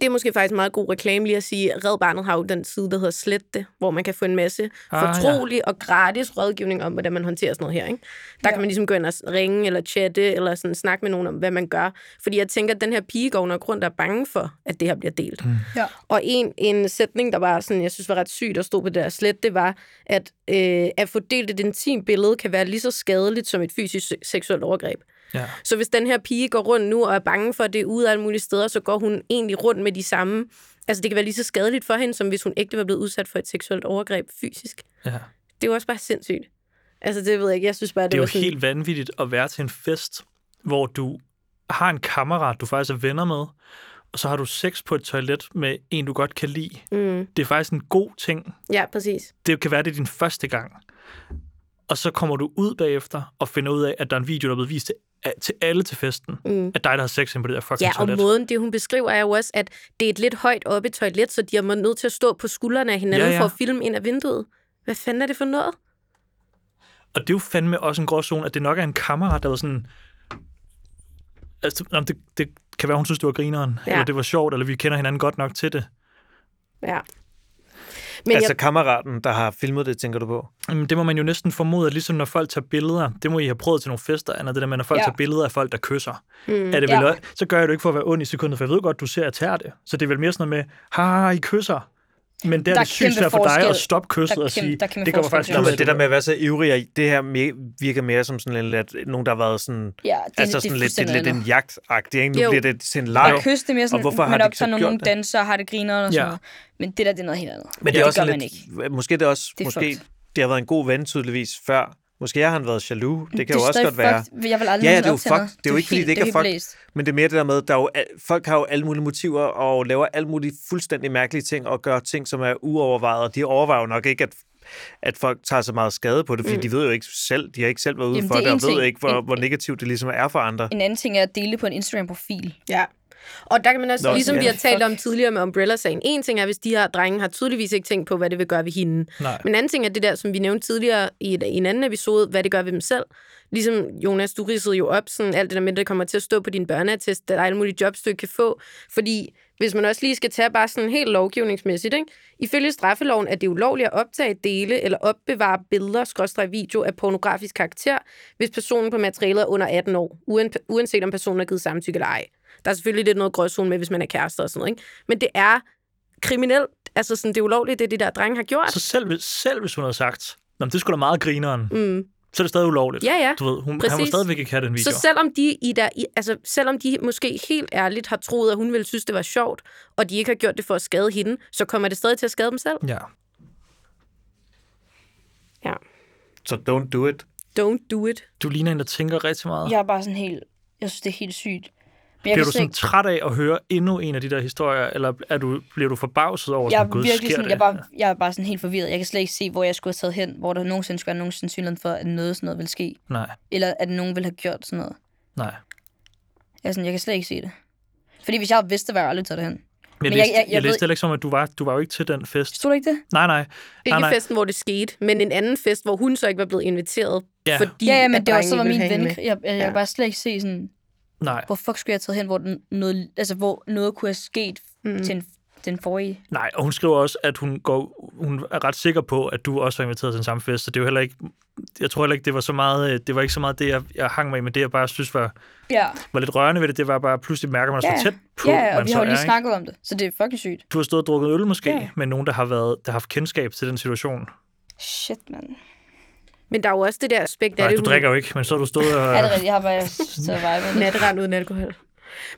D: det er måske faktisk meget god reklame lige at sige, Red Barnet har jo den side, der hedder Slet det, hvor man kan få en masse
C: Ah,
D: ah, fortrolig ja. og gratis rådgivning om, hvordan man hånterer sådan noget her. Ikke? Der ja. kan man ligesom gå ind og ringe, eller chatte, eller sådan snakke med nogen om, hvad man gør. Fordi jeg tænker, at den her pige går nok rundt og er bange for, at det her bliver delt. Mm.
B: Ja.
D: Og en, en sætning, der var sådan, jeg synes var ret syg, der stod på det der slet, det var, at øh, at få delt et intimt billede kan være lige så skadeligt som et fysisk se- seksuelt overgreb.
C: Ja.
D: Så hvis den her pige går rundt nu og er bange for, at det er ude alle mulige steder, så går hun egentlig rundt med de samme. Altså det kan være lige så skadeligt for hende, som hvis hun ægte var blevet udsat for et seksuelt overgreb fysisk.
C: ja.
D: Det er jo også bare sindssygt. Altså det ved jeg ikke, jeg synes bare, det,
C: Det er jo
D: var sådan...
C: helt vanvittigt at være til en fest, hvor du har en kammerat, du faktisk er venner med, og så har du sex på et toilet med en, du godt kan lide.
D: Mm,
C: Det er faktisk en god ting.
D: ja, præcis.
C: Det kan være, det er din første gang. Og så kommer du ud bagefter og finder ud af, at der er en video, der er blevet vist til, øh, til alle til festen. Mm. At dig, der har sex inde på det der fucking
D: Ja, og
C: toilet.
D: måden, det hun beskriver, er jo også, at det er et lidt højt oppe toilet, så de er må- nødt til at stå på skuldrene af hinanden
C: Ja,
D: ja,
C: ja.
D: ja. for at filme ind af vinduet. Hvad fanden er det for noget?
C: Og det er jo fandme også en gråzone, at det nok er en kammerat, der var sådan... Altså, nå, det, det kan være, hun synes, det var grineren, ja.
D: Ja.
C: eller det var sjovt, eller vi kender hinanden godt nok til det.
D: Ja.
A: Men
D: Men
A: altså
D: altså,
A: jeg... kammeraten, der har filmet det, tænker du på?
C: Jamen, det må man jo næsten formode, at ligesom når folk tager billeder, det må I have prøvet til nogle fester, Anna, det der med, når folk ja.
B: Ja.
C: tager billeder af folk, der kysser. Mm, er det vel
B: ja.
C: også, så gør jeg det jo ikke for at være ond i sekundet, for jeg ved godt, du ser, at jeg tager det. Så det er vel mere sådan noget med, ha, I kysser. Men der,
B: Der
C: er
B: er
C: det sygt
B: kæmpe
C: svært for dig
B: forskel.
C: at stoppe kysset
B: Der er
C: og sige,
B: kæmpe- der er kæmpe
C: det kommer faktisk
B: forskel til
A: Nå,
C: ud af
A: men det der med at være så ivrig, og- det her me- virker mere som sådan lidt, at nogen, der har været sådan...
B: Ja, det,
A: altså sådan lidt, det er lidt en jagt ikke? Nu
D: Jo.
A: bliver det sådan en
B: Og
A: leg.
B: kysse det mere sådan,
A: Og hvorfor har
B: man
A: de ikke
B: optager
A: så
B: nogle,
A: gjort
B: nogle
A: det?
B: danser og har det griner og
C: Ja.
B: sådan noget. Men det der, det er noget helt andet.
A: Men det er
B: det
A: også
B: gør
A: sådan
B: man
A: lidt, ikke. måske det er også,
B: Det er
A: måske
B: fucked.
A: det har været en god ven tydeligvis før. Måske har han været jaloux, det kan
B: er
A: jo også
B: stadig
A: godt være.
B: fucked. Jeg vil aldrig
A: Ja, ja,
B: nogensinde optage
A: det er jo
B: noget.
A: fucked. Det er jo ikke, fordi
B: helt-
A: det ikke er
B: helt
A: fucked.
B: blæst.
A: Men det er mere det der med, der er jo, al- folk har jo alle mulige motiver og laver alle mulige fuldstændig mærkelige ting og gør ting, som er uovervejet, og de overvejer jo nok ikke, at at folk tager så meget skade på det, fordi mm. de ved jo ikke selv, de har ikke selv været ude
B: Jamen,
A: for
B: det
A: det,
B: er
A: og
B: en
A: ved
B: ting.
A: ikke, hvor,
B: En-
A: hvor negativt det ligesom er for andre.
B: En anden ting er at dele på en Instagram-profil.
D: Ja. Og der kan man også,
A: Nå,
D: Nå, ligesom
A: ja.
D: vi har talt om
B: Fuck.
D: tidligere med Umbrella-sagen, en ting er, hvis de her drenge har tydeligvis ikke tænkt på, hvad det vil gøre ved hende.
C: Nej.
D: Men en anden ting er det der, som vi nævnte tidligere i, et, i en anden episode, hvad det gør ved dem selv. Ligesom Jonas, du ridsede jo op, sådan alt det der med, at det kommer til at stå på din børneattest, der er alle mulige jobs, du ikke kan få. Fordi hvis man også lige skal tage bare sådan helt lovgivningsmæssigt, ikke? ifølge straffeloven er det ulovligt at optage, dele eller opbevare billeder, skråstrej video af pornografisk karakter, hvis personen på materialet er under 18 år, uan- uanset om personen har givet samtykke eller ej. Der er selvfølgelig lidt noget gråzone med, hvis man er kærester og sådan noget, ikke? Men det er kriminelt, altså sådan, det er ulovligt, det de der drenge har gjort.
C: Så selv, hvis- selv hvis hun havde sagt, Nå, men det skulle da meget grineren,
D: Mm.
C: så er det stadig ulovligt.
D: Ja, ja.
C: Du ved, hun, han må
D: Præcis.
C: stadigvæk ikke have den video.
D: Så selvom de, i der, i, altså, selvom de måske helt ærligt har troet, at hun ville synes, det var sjovt, og de ikke har gjort det for at skade hende, så kommer det stadig til at skade dem selv.
C: Ja.
D: Ja.
A: Så don't do it.
D: Don't do it.
C: Du ligner en, der tænker rigtig meget.
B: Jeg er bare sådan helt... Jeg synes, det er helt sygt. Men jeg
C: Bliver
B: kan
C: du
B: slet
C: sådan
B: ikke-
C: træt af at høre endnu en af de der historier, eller er du, bliver du forbavset over,
B: jeg
C: sådan,
B: er
C: gud,
B: virkelig
C: sker
B: sådan,
C: det?
B: jeg, er bare, jeg er bare sådan helt forvirret. Jeg kan slet ikke se, hvor jeg skulle have taget hen, hvor der nogensinde skulle være nogen sandsynlighed for, at noget sådan noget ville ske.
C: Nej,
B: Eller at nogen ville have gjort sådan noget.
C: nej.
B: Jeg, er sådan, jeg kan slet ikke se det. Fordi hvis jeg havde vidst det, var jeg aldrig taget det hen.
C: Men jeg,
B: Men jeg-
C: læste, jeg,
B: jeg-
C: jeg,
B: jeg
C: jeg
B: ved-
C: læste heller ikke som, at du var, du var jo ikke til den fest.
B: Stod der ikke det?
C: Nej, nej.
D: Ikke
C: nej, nej.
D: festen, hvor det skete, men en anden fest, hvor hun så ikke var blevet inviteret,
C: Ja.
D: fordi
B: Ja, ja, men
D: at
B: det var,
D: drengen
B: så var
D: ville
B: min
D: have
B: ven.
D: hende
B: Jeg, jeg, jeg
D: Ja.
B: kan bare slet ikke se sådan,
C: Nej,
B: hvor fuck skulle jeg have taget hen, hvor den- noget, altså, hvor noget kunne have sket mm. til en, den forrige.
C: nej. Og hun skriver også, at hun, går, hun er ret sikker på, at du også var inviteret til den samme fest, så det er jo heller ikke... Jeg tror heller ikke, det var så meget, øh, det var ikke så meget det, jeg, jeg hang mig i, men det, jeg bare synes var,
B: Ja,
C: var lidt rørende ved det, det var bare, at pludselig mærker man, at man er så tæt på,
B: ja og
C: man
B: vi
C: så
B: har jo
C: er,
B: lige
C: ikke?
B: snakket om det, så det er fucking sygt.
C: Du har stået og drukket øl måske,
B: Ja.
C: med nogen, der har, været, der har haft kendskab til den situation.
B: Shit, mand.
D: Men der er jo også det der aspekt af
C: Nej,
D: det,
C: du drikker jo ikke, men så har du stået og...
B: Ja, det er rigtigt. Jeg har bare taget vibe med det.
D: Natterand uden alkohol.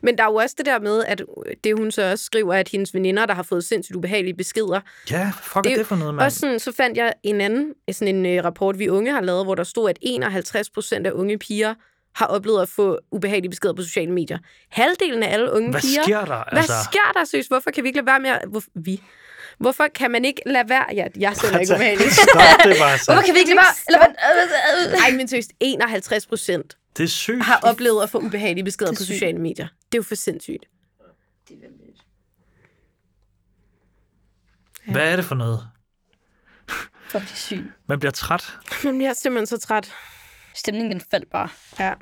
D: Men der er jo også det der med, at det hun så også skriver, at hendes veninder, der har fået sindssygt ubehagelige beskeder,
C: Ja, fuck det, er
D: Det-
C: det for noget,
D: Man.
C: mand?
D: Og sådan, så fandt jeg en anden sådan en øh, rapport, vi unge har lavet, hvor der stod, at 51 procent af unge piger har oplevet at få ubehagelige beskeder på sociale medier. Halvdelen af alle unge
C: Hvad
D: piger...
C: sker altså- der?
D: Hvad sker der, søs? Hvorfor kan vi ikke lade være med at... Hvor, vi? Hvorfor kan man ikke lade være... Ja, jeg selv er ikke ubehagelig.
A: Stop det bare så.
B: Hvorfor kan vi ikke lade være? Eller hvad?
D: Nej, men seriøst, 51 procent
C: Det er sygt.
D: har oplevet at få ubehagelige beskeder
B: Det er
D: på
B: sygt.
D: sociale medier. Det er jo for sindssygt.
C: Hvad er det for noget?
B: Fuck, det er sygt.
C: Man bliver træt.
D: Men jeg er simpelthen så træt.
B: Stemningen den faldt bare.
D: Ja.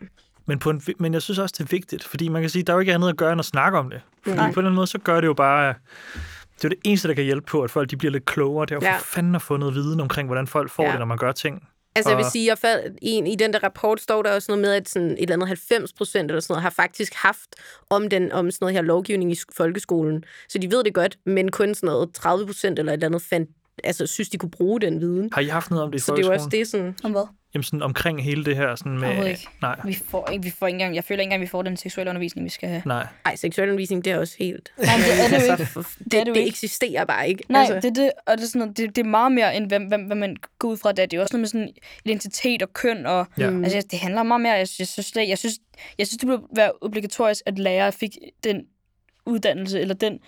C: Men, på en, vi- men jeg synes også, det er vigtigt, fordi man kan sige, der er jo ikke andet at gøre, end at snakke om det. Fordi på en eller anden måde, så gør det jo bare... øh, Det er jo det eneste, der kan hjælpe på, at folk de bliver lidt klogere. Det er jo ja.
D: Ja.
C: for fanden at få noget viden omkring, hvordan folk får ja.
D: Ja.
C: det, når man gør ting.
D: Altså, jeg vil
C: Og-
D: sige, jeg fald, i, i den der rapport står der også noget med, at sådan et eller andet 90 procent eller sådan noget har faktisk haft om, den, om sådan noget her lovgivning i sk- folkeskolen. Så de ved det godt, men kun sådan noget 30 procent eller et eller andet fandt, altså, synes, de kunne bruge den viden.
C: Har I haft noget om det i
D: Så det er jo
C: folkeskolen?
D: også det sådan...
B: Om hvad?
C: Jamen sådan omkring hele det her sådan med...
B: Overhovedet ikke.
C: Nej,
B: Vi får, ikke, vi får ikke engang, jeg føler ikke engang, vi får den seksuelle undervisning, vi skal have.
C: nej.
D: Ej, seksualundervisning, det er også helt...
B: Nej, men det er det jo ikke.
D: Altså, for-
B: er
D: det,
B: det jo
D: det
B: ikke.
D: eksisterer bare ikke.
B: Nej,
D: altså,
B: det er det, og det er, sådan, noget- det, det er meget mere, end hvad, hvad, hvad man går ud fra, det er. Det er også noget med sådan identitet og køn, og
C: Ja.
B: mm. altså, det handler meget mere, jeg, jeg synes slet, jeg synes, jeg synes, det burde være obligatorisk, at lærere fik den uddannelse, eller den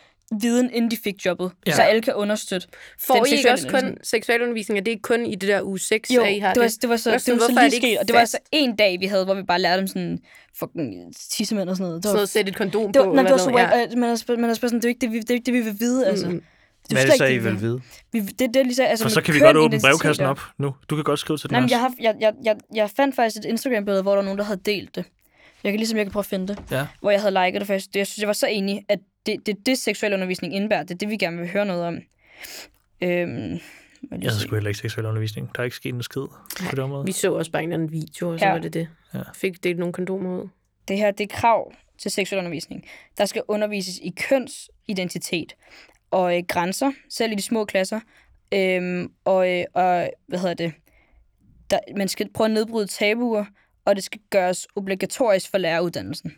B: viden, inden de fik jobbet,
C: Ja.
B: ja. så alle kan understøtte
D: Får I ikke også kun
B: undervisning.
D: seksualundervisning, og det er ikke kun i det der uge 6,
B: Jo,
D: at I har
B: det var, det var så, det
D: var
B: var
D: sådan,
B: så
D: hvorfor er
B: lige
D: det ikke
B: sket, og det var
D: fast?
B: altså en dag, vi havde, hvor vi bare lærte om sådan fucking tissemænd og sådan noget. Det
D: Sådan
B: var
D: noget, sæt et kondom
B: Det
D: på.
B: var, nej, det var
D: eller
B: så Øh,
D: noget, ja. Mm.
B: wack, og man er, sp- man er sp- altså, sådan, det er jo ikke det, vi, det, er jo ikke det, vi vil vide, altså. Det
A: Hvad er
B: slet
A: det så,
B: ikke
A: I vil vide?
B: Vi, det, det er ligesom, altså,
C: For
B: med
C: så kan vi
B: køn,
C: godt åbne
B: identiteter.
C: brevkassen op nu. Du kan godt skrive til den
B: Nej, men
C: også.
B: jeg, har, jeg, jeg, jeg, jeg fandt faktisk et Instagram-billede, hvor der var nogen, der havde delt det. Jeg kan ligesom, jeg kan prøve at finde det.
C: Ja.
B: Hvor jeg havde liket det først. Jeg synes, jeg var så enig, at det, det, det seksuel undervisning indebærer, det er det, vi gerne vil høre noget om. Øhm, må lige
C: Jeg havde
B: se.
C: sgu heller ikke seksuel undervisning. Der er ikke sket en skid på det område.
D: Vi så også bare en eller anden video, og så
B: Ja.
D: var det det.
C: Ja.
D: Fik delt nogle kondomer ud.
B: Det her, det er krav til seksuel undervisning. Der skal undervises i kønsidentitet og øh, grænser, selv i de små klasser. Øhm, og, øh, og, hvad hedder det? Der, man skal prøve at nedbryde tabuer, og det skal gøres obligatorisk for læreruddannelsen.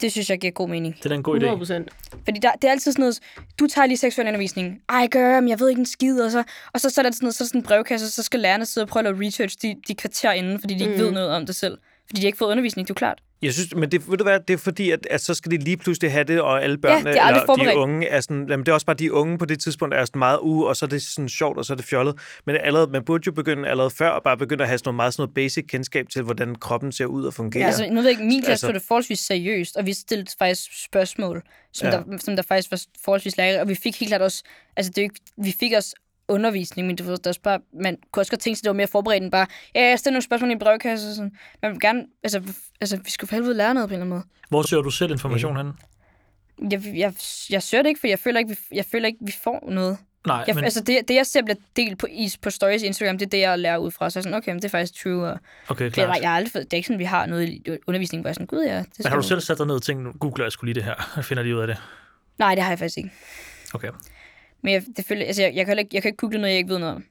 B: Det synes jeg giver god mening.
C: Det er da en god idé.
D: 100 procent.
B: Fordi der, det er altid sådan noget, du tager lige seksuel undervisning. Ej, gør jeg, men jeg ved ikke en skid. Og så, og så, så er der sådan noget, så er sådan en brevkasse, så skal lærerne sidde og prøve at lave research de, de kvarter inden, fordi de ikke mm. ved noget om det selv. Fordi de har ikke fået undervisning, det er jo klart.
A: Jeg synes, men det, ved du hvad, det er fordi, at, at så skal de lige pludselig have det, og alle børnene
B: de er aldrig
A: eller
B: forberedt.
A: de unge er sådan... Jamen, det er også bare, de unge på det tidspunkt er sådan meget uge, og så er det sådan sjovt, og så er det fjollet. Men allerede, man burde jo begynde allerede før, og bare begynde at have sådan noget meget sådan noget basic kendskab til, hvordan kroppen ser ud og fungerer.
B: Ja. Altså, nu ved jeg ikke, min klasse altså...
A: Altså-
B: tog det forholdsvis seriøst, og vi stillede faktisk spørgsmål, som,
A: Ja.
B: ja. der, som der faktisk var forholdsvis lærere, og vi fik helt klart også, altså det er jo ikke, vi fik også undervisning, men det var det er også bare, man kunne også godt tænke sig, at det var mere forberedt end bare, ja, jeg stiller nogle spørgsmål i en brevkasse, og sådan. Man vil gerne, altså, f- altså vi skulle for helvede lære noget på en eller anden måde.
C: Hvor søger du selv information hen?
B: Jeg, jeg, jeg søger det ikke, for jeg føler ikke, vi, jeg føler ikke, vi får noget.
C: Nej,
B: Jeg,
C: men,
B: Altså det, det, jeg ser bliver delt på, is, på stories i Instagram, det er det, jeg lærer ud fra. Så er jeg sådan, okay, men det er faktisk true, og
C: okay,
B: det,
C: klart.
B: er- jeg har aldrig fået, det er ikke sådan, vi har noget i undervisning, hvor jeg er sådan, gud ja, det
C: Men
B: skal
C: har du
B: vi-
C: selv sat dig ned og tænkt, nu googler jeg skulle lige det her, og finder lige ud af det?
B: Nej, det har jeg faktisk ikke.
C: Okay.
B: Men jeg, det føler, altså, jeg, jeg, kan heller ikke, jeg kan ikke google noget, jeg ikke ved noget om. Det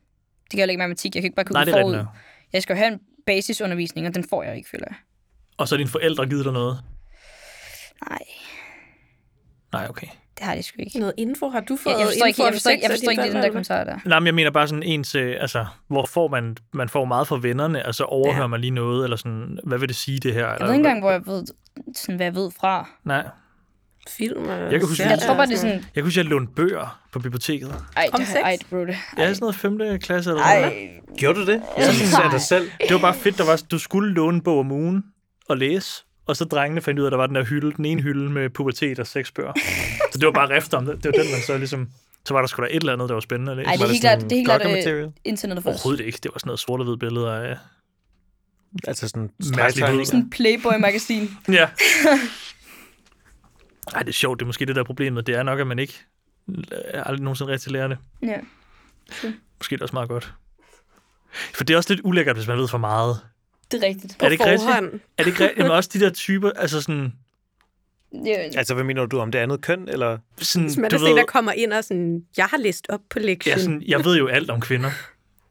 B: kan jeg heller ikke i matematik. Jeg kan ikke bare
C: Nej,
B: google
C: det er rigtigt
B: forud.
C: nok.
B: Jeg skal jo have en basisundervisning, og den får jeg ikke, føler jeg.
C: Og så har dine forældre givet dig noget?
B: Nej,
C: Nej, okay.
B: det har de sgu ikke.
D: Noget info har du
B: Jeg,
D: fået?
B: jeg forstår ikke,
D: Info har
B: jeg
D: du
B: forstår ikke, jeg
D: selv
B: forstår
D: til
B: ikke lige
D: dine
B: den der kommentar
D: forældre,
B: der.
C: Nej, men jeg mener bare sådan ens, øh, altså, hvor får man, man får meget fra vennerne, og så overhører
D: Ja.
C: man lige noget, eller sådan, hvad vil det sige det her?
B: Jeg ved ikke engang, hvor jeg ved, sådan, hvad jeg ved fra.
C: Nej,
D: eller hvad? Film og
C: Jeg kan huske,
D: serier
B: Jeg tror bare,
D: og
B: det er
D: sådan
B: sådan...
C: jeg kunne sige, at jeg lånte bøger på biblioteket.
B: Ej,
D: Om
B: det,
D: sex?
B: ej, bro, det.
C: Ja, sådan noget 5. klasse eller
B: Ej,
C: sådan noget.
A: Gjorde du det? Så synes jeg dig selv.
C: Det var bare fedt, der var, du skulle låne en bog om ugen og læse, og så drengene fandt ud af, at der var den der hylde, den ene hylde med pubertet og sexbøger. så det var bare rift om det. Det var den, man så ligesom... Så var der sgu da et eller andet, der var spændende at læse.
B: ej, det
A: Var
B: er
A: det
B: helt klart,
A: sådan
B: det er helt klart
A: darker
B: øh,
A: material?
B: internettet for os.
C: Overhovedet ikke. Det var sådan noget sort og hvid billeder af...
A: Altså sådan
C: Mærkeligt ud.
A: stregtegninger.
B: Sådan Playboy-magasin.
C: Ja. Ej, det er sjovt. Det er måske det, der er problemet. Det er nok, at man ikke aldrig nogensinde rigtig lærer det.
B: ja.
C: Måske er det også meget godt. For det er også lidt ulækkert, hvis man ved for meget.
B: Det er rigtigt.
D: på
C: er det ikke rigtigt?
D: forhånd.
C: Er det ikke rigtigt? Jamen også de der typer, altså sådan...
B: Ja.
A: Altså, hvad mener du om det andet køn, eller?
C: sådan
D: Hvis man er
C: du
D: sådan en,
C: ved,
D: der kommer ind og sådan, jeg har læst op på
C: ja,
D: lektien.
C: sådan, jeg ved jo alt om kvinder.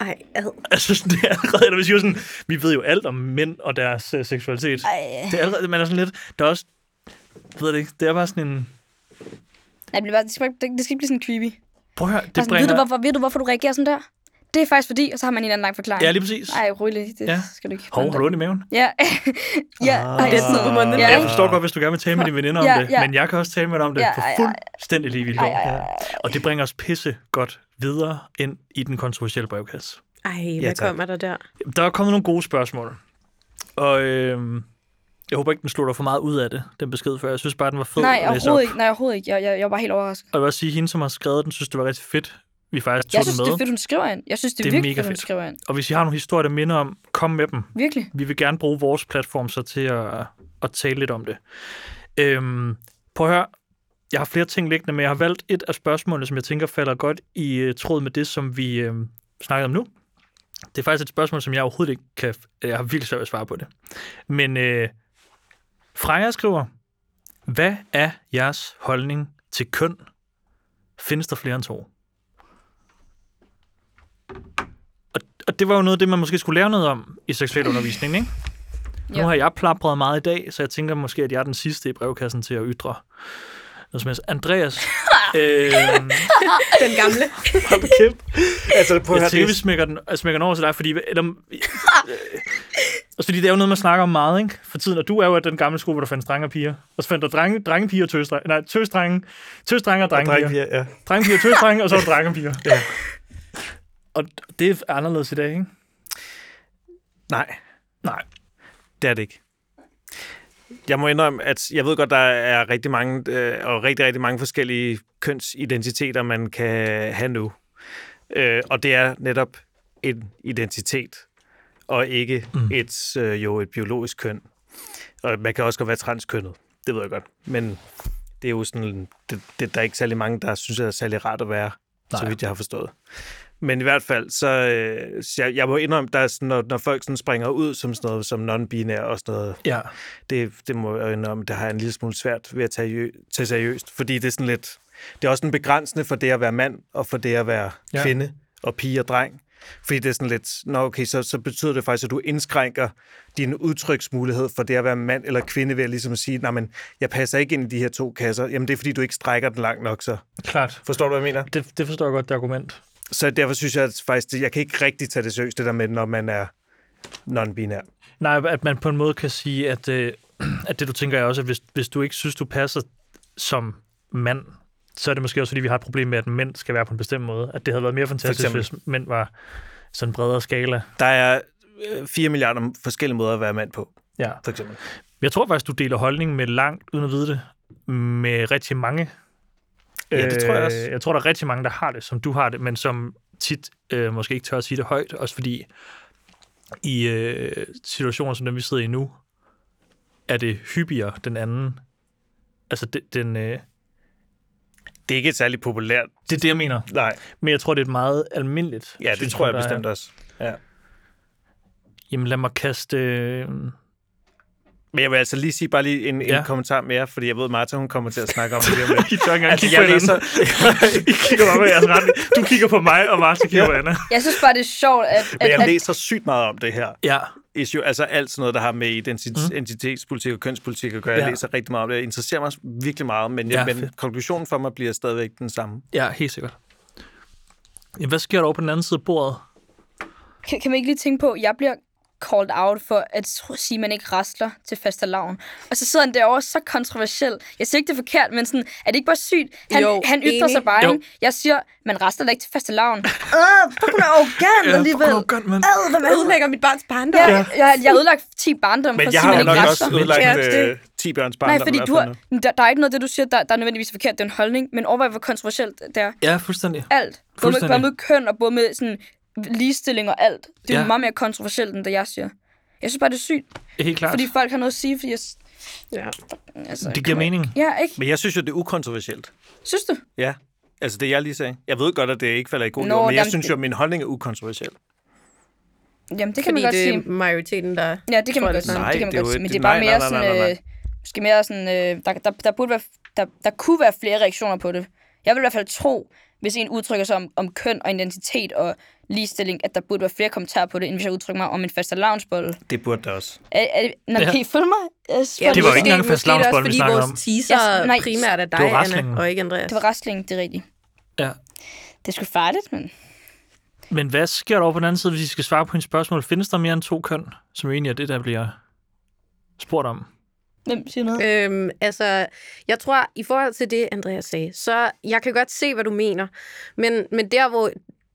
D: Ej, ad.
C: Altså, sådan, det er allerede, eller hvis jeg sådan, vi ved jo alt om mænd og deres øh, seksualitet.
B: Ej,
C: Det er allerede, man er sådan lidt, der er også, jeg ved det ikke, det er bare sådan en,
B: Nej, det bliver bare- det skal ikke- det skal ikke blive sådan creepy.
C: prøv at høre, det
B: Det sådan, Altså, ved, du,
C: bringer,
B: hvorfor, ved du, hvorfor du reagerer sådan der? Det er faktisk fordi, og så har man en eller anden lang forklaring.
C: ja lige præcis.
B: Ej, rolig, det
C: Ja.
B: ja. skal du ikke.
C: Hov, har du ondt i maven?
B: Ja, ja.
A: Ah.
B: Ej,
A: Det er tid på måneden.
B: Ja,
C: Jeg
B: ikke?
C: forstår godt, hvis du gerne vil tale med dine veninder om
B: Ja,
C: det,
B: ja.
C: men jeg kan også tale med dig om det
B: Ja,
C: på
B: ej, ej.
C: fuldstændig lige vilkår.
B: Ej, ej, ej,
C: Og det bringer os pisse godt videre ind i den kontroversielle brevkasse.
D: Ej, hvad
A: tak.
D: kommer der der?
C: Der er kommet nogle gode spørgsmål. Og øhm, jeg håber ikke, den slog dig for meget ud af det, den besked før. Jeg synes bare, den var fed
B: Nej,
C: at læse op.
B: overhovedet ikke. Nej, overhovedet ikke. Jeg, jeg, jeg var helt overrasket.
C: Og jeg vil også sige, at hende, som har skrevet den, synes, det var rigtig fedt, vi faktisk tog
B: Jeg synes,
C: den
B: det
C: med.
B: er fedt, hun skriver ind. Jeg synes, det er,
C: Det er
B: virkelig
C: mega
B: fedt, hun
C: fedt.
B: skriver ind.
C: Og hvis I har nogle historier, der minder om, kom med dem.
B: Virkelig.
C: Vi vil gerne bruge vores platform så til at, at tale lidt om det. Øhm, prøv at høre, jeg har flere ting liggende, men jeg har valgt et af spørgsmålene, som jeg tænker falder godt i øh, tråd med det, som vi øh, snakkede om nu. Det er faktisk et spørgsmål, som jeg overhovedet ikke kan... Jeg har virkelig svært ved at svare på det. Men øh, Freja skriver, hvad er jeres holdning til køn? Findes der flere end to? Og, og det var jo noget af det, man måske skulle lære noget om i seksuel undervisning, ikke? Nu
B: Ja.
C: har jeg plapret meget i dag, så jeg tænker måske, at jeg er den sidste i brevkassen til at ytre. Noget som helst. Andreas, øh,
D: Den gamle.
A: Hold kæft. Altså, prøv
C: jeg
A: at høre,
C: tænker, vi
A: det.
C: smækker den, jeg smækker den over til dig, fordi, eller, øh, altså, fordi det er jo noget, man snakker om meget, ikke? For tiden, og du er jo af den gamle skole, hvor der fandt drenge og piger. Og så fandt der drenge, drengepiger og tøsdrenge. Nej, tøsdrenge, tøsdrenge og drengepiger.
A: Dreng, ja, ja.
C: Drengepiger, tøsdrenge, og så er der drengepiger. Ja. Og det er anderledes i dag, ikke?
A: Nej,
C: Nej.
A: det er det ikke. Jeg må indrømme, at jeg ved godt, der er rigtig mange, øh, og rigtig, rigtig mange forskellige kønsidentiteter, man kan have nu. Øh, og det er netop en identitet, og ikke mm. et, øh, jo, et biologisk køn. Og man kan også godt være transkønnet, det ved jeg godt. Men det er jo sådan, det, det, der er ikke særlig mange, der synes, det er særlig rart at være, Nej. så
C: Nej.
A: vidt jeg har forstået. Men i hvert fald, så, øh, så jeg, jeg må indrømme, der er sådan, når, når folk sådan springer ud som sådan noget, som non-binær og sådan noget,
C: Ja.
A: det, det må jeg indrømme, det har jeg en lille smule svært ved at tage, jø- tage seriøst, fordi det er sådan lidt, det er også en begrænsende for det at være mand, og for det at være
C: Ja.
A: ja. kvinde, og pige og dreng. Fordi det er sådan lidt, nå okay, så, så betyder det faktisk, at du indskrænker din udtryksmulighed for det at være mand eller kvinde, ved at ligesom at sige, nej, men jeg passer ikke ind i de her to kasser. Jamen det er, fordi du ikke strækker den langt nok, så.
C: Klart.
A: Forstår du, hvad jeg mener?
C: Det, det forstår jeg godt, det argument.
A: Så derfor synes jeg at faktisk, det- jeg kan ikke rigtig tage det seriøst, det der med, når man er non-binær.
C: Nej, at man på en måde kan sige, at øh, at det, du tænker, er også, at hvis, hvis du ikke synes, du passer som mand, så er det måske også, fordi vi har et problem med, at mænd skal være på en bestemt måde. At det havde været mere fantastisk,
A: eksempel.
C: hvis mænd var sådan en bredere skala.
A: Der er øh, 4 milliarder forskellige måder at være mand på,
C: Ja.
A: for eksempel.
C: Jeg tror faktisk, du deler holdning med langt, uden at vide det, med rigtig mange.
A: Ja, det tror jeg
C: Øh,
A: også.
C: Jeg tror, der er rigtig mange, der har det, som du har det, men som tit øh, måske ikke tør at sige det højt, også fordi i øh, situationer som dem, vi sidder i nu, er det hyppigere den anden. Altså, det, den, øh,
A: Det er ikke et særligt populært.
C: det er det, jeg mener.
A: Nej,
C: Men jeg tror, det er et meget almindeligt
A: ja, det
C: synspunkt,
A: tror jeg
C: der er.
A: bestemt også. Ja.
C: Jamen, lad mig kaste... Øh,
A: Men jeg vil altså lige sige bare lige en, ja.
C: Ja.
A: en kommentar mere, fordi jeg ved, Martha, hun kommer til at snakke om det lige om lidt.
C: I tør ikke engang
A: Altså,
C: kigge
A: jeg
C: på
A: læser...
C: hinanden. I kigger bare på jeres retning. Du kigger på mig, og Martin kigger på Anna.
B: Jeg synes bare, det er sjovt, at...
A: Men
B: at,
A: jeg
B: at
A: læser sygt meget om det her.
C: Ja.
A: issue, altså alt sådan noget, der har med identit- mm. identitetspolitik og kønspolitik at gøre. Jeg
C: Ja.
A: læser rigtig meget om det. Jeg interesserer mig virkelig meget, men,
C: Ja,
A: ja, men
C: fedt.
A: konklusionen for mig bliver stadigvæk den samme.
C: Ja, helt sikkert. Ja, hvad sker der over på den anden side af bordet?
B: kan, kan man ikke lige tænke på, at jeg bliver called out for at tro- sige, at man ikke rasler til fastelavn. Og så sidder han derovre så kontroversiel. Jeg siger ikke, det er forkert, men sådan, er det ikke bare sygt? Han,
D: Jo,
B: han ytrer
D: enig.
B: sig bare,
C: Jo.
B: ikke? Jeg siger, man rasler da ikke til fastelavn. Øh, fuck, hun er arrogant alligevel.
C: man.
B: Øh, hvem er
D: ødelægger mit barns barndom.
B: Ja, jeg, jeg, jeg har ødelagt 10 barndom for
A: Men
B: at
A: jeg
B: sige,
A: har
B: man
A: jo
B: ikke
A: nok
B: rasler.
A: også ødelagt
D: Ja, det-
A: øh, 10 børns barndom.
B: Nej, fordi
A: i
B: du
A: hvert
B: har,
A: fald.
B: der, der er ikke noget af det, du siger, der, der er nødvendigvis er forkert. Det er en holdning, men overvej, hvor kontroversielt det er.
C: Ja, fuldstændig.
B: Alt. Både med,
C: Fuldstændig.
B: både med køn og både med sådan, ligestilling og alt. Det er
C: Ja.
B: ja. meget mere kontroversielt, end det jeg siger. Jeg synes bare, det er sygt,
C: Helt klart.
B: fordi folk har noget at sige, fordi jeg... s-
D: Ja.
B: Altså,
C: det giver mening.
B: Ja, ikke?
A: Men jeg synes jo, det er ukontroversielt.
B: Synes du?
A: Ja. Altså det, jeg lige sagde. Jeg ved godt, at det ikke falder i god
B: Nå,
A: jord, men jeg
B: jamen,
A: synes
B: det-
A: jo, at min holdning er ukontroversiel.
B: Jamen, det kan
D: Fordi
B: man godt
D: det er
B: sige.
D: majoriteten, der...
B: Ja, det kan man
D: tror,
B: godt
D: det er
B: sige. det kan
A: sådan. Nej,
B: man
A: det er
B: godt
A: jo
B: sige. Men
A: ikke-
B: det er bare
A: nej,
B: mere
A: nej, nej, nej,
B: sådan...
A: nej.
B: Øh, måske mere sådan... Øh, der, der, der, burde være, der, der kunne være flere reaktioner på det. Jeg vil i hvert fald tro, hvis en udtrykker sig om, om køn og identitet og ligestilling, at der burde være flere kommentarer på det, end hvis jeg udtrykker mig om en faste lavnsbold.
A: Det burde der også.
B: Er, er, når,
C: Ja.
B: ja. Kan I følge mig? Jeg spørger
C: det var jo
B: lige.
C: ikke engang fast lavnsbold, vi
D: snakker
C: snakkede
D: om. Måske er det også, fordi vores teaser
B: Jeg- nej,
D: primært er dig,
C: det var wrestlingen.
D: Anna, og ikke Andreas.
B: Det var wrestling, det er rigtigt.
C: Ja.
B: Det er sgu farligt, men...
C: Men hvad sker der over på den anden side, hvis I skal svare på hendes spørgsmål? Findes der mere end to køn, som jo egentlig er det, der bliver spurgt om?
B: Hvem siger noget?
D: Øhm, altså, jeg tror, i forhold til det, Andreas sagde, så jeg kan godt se, hvad du mener. Men, men der, hvor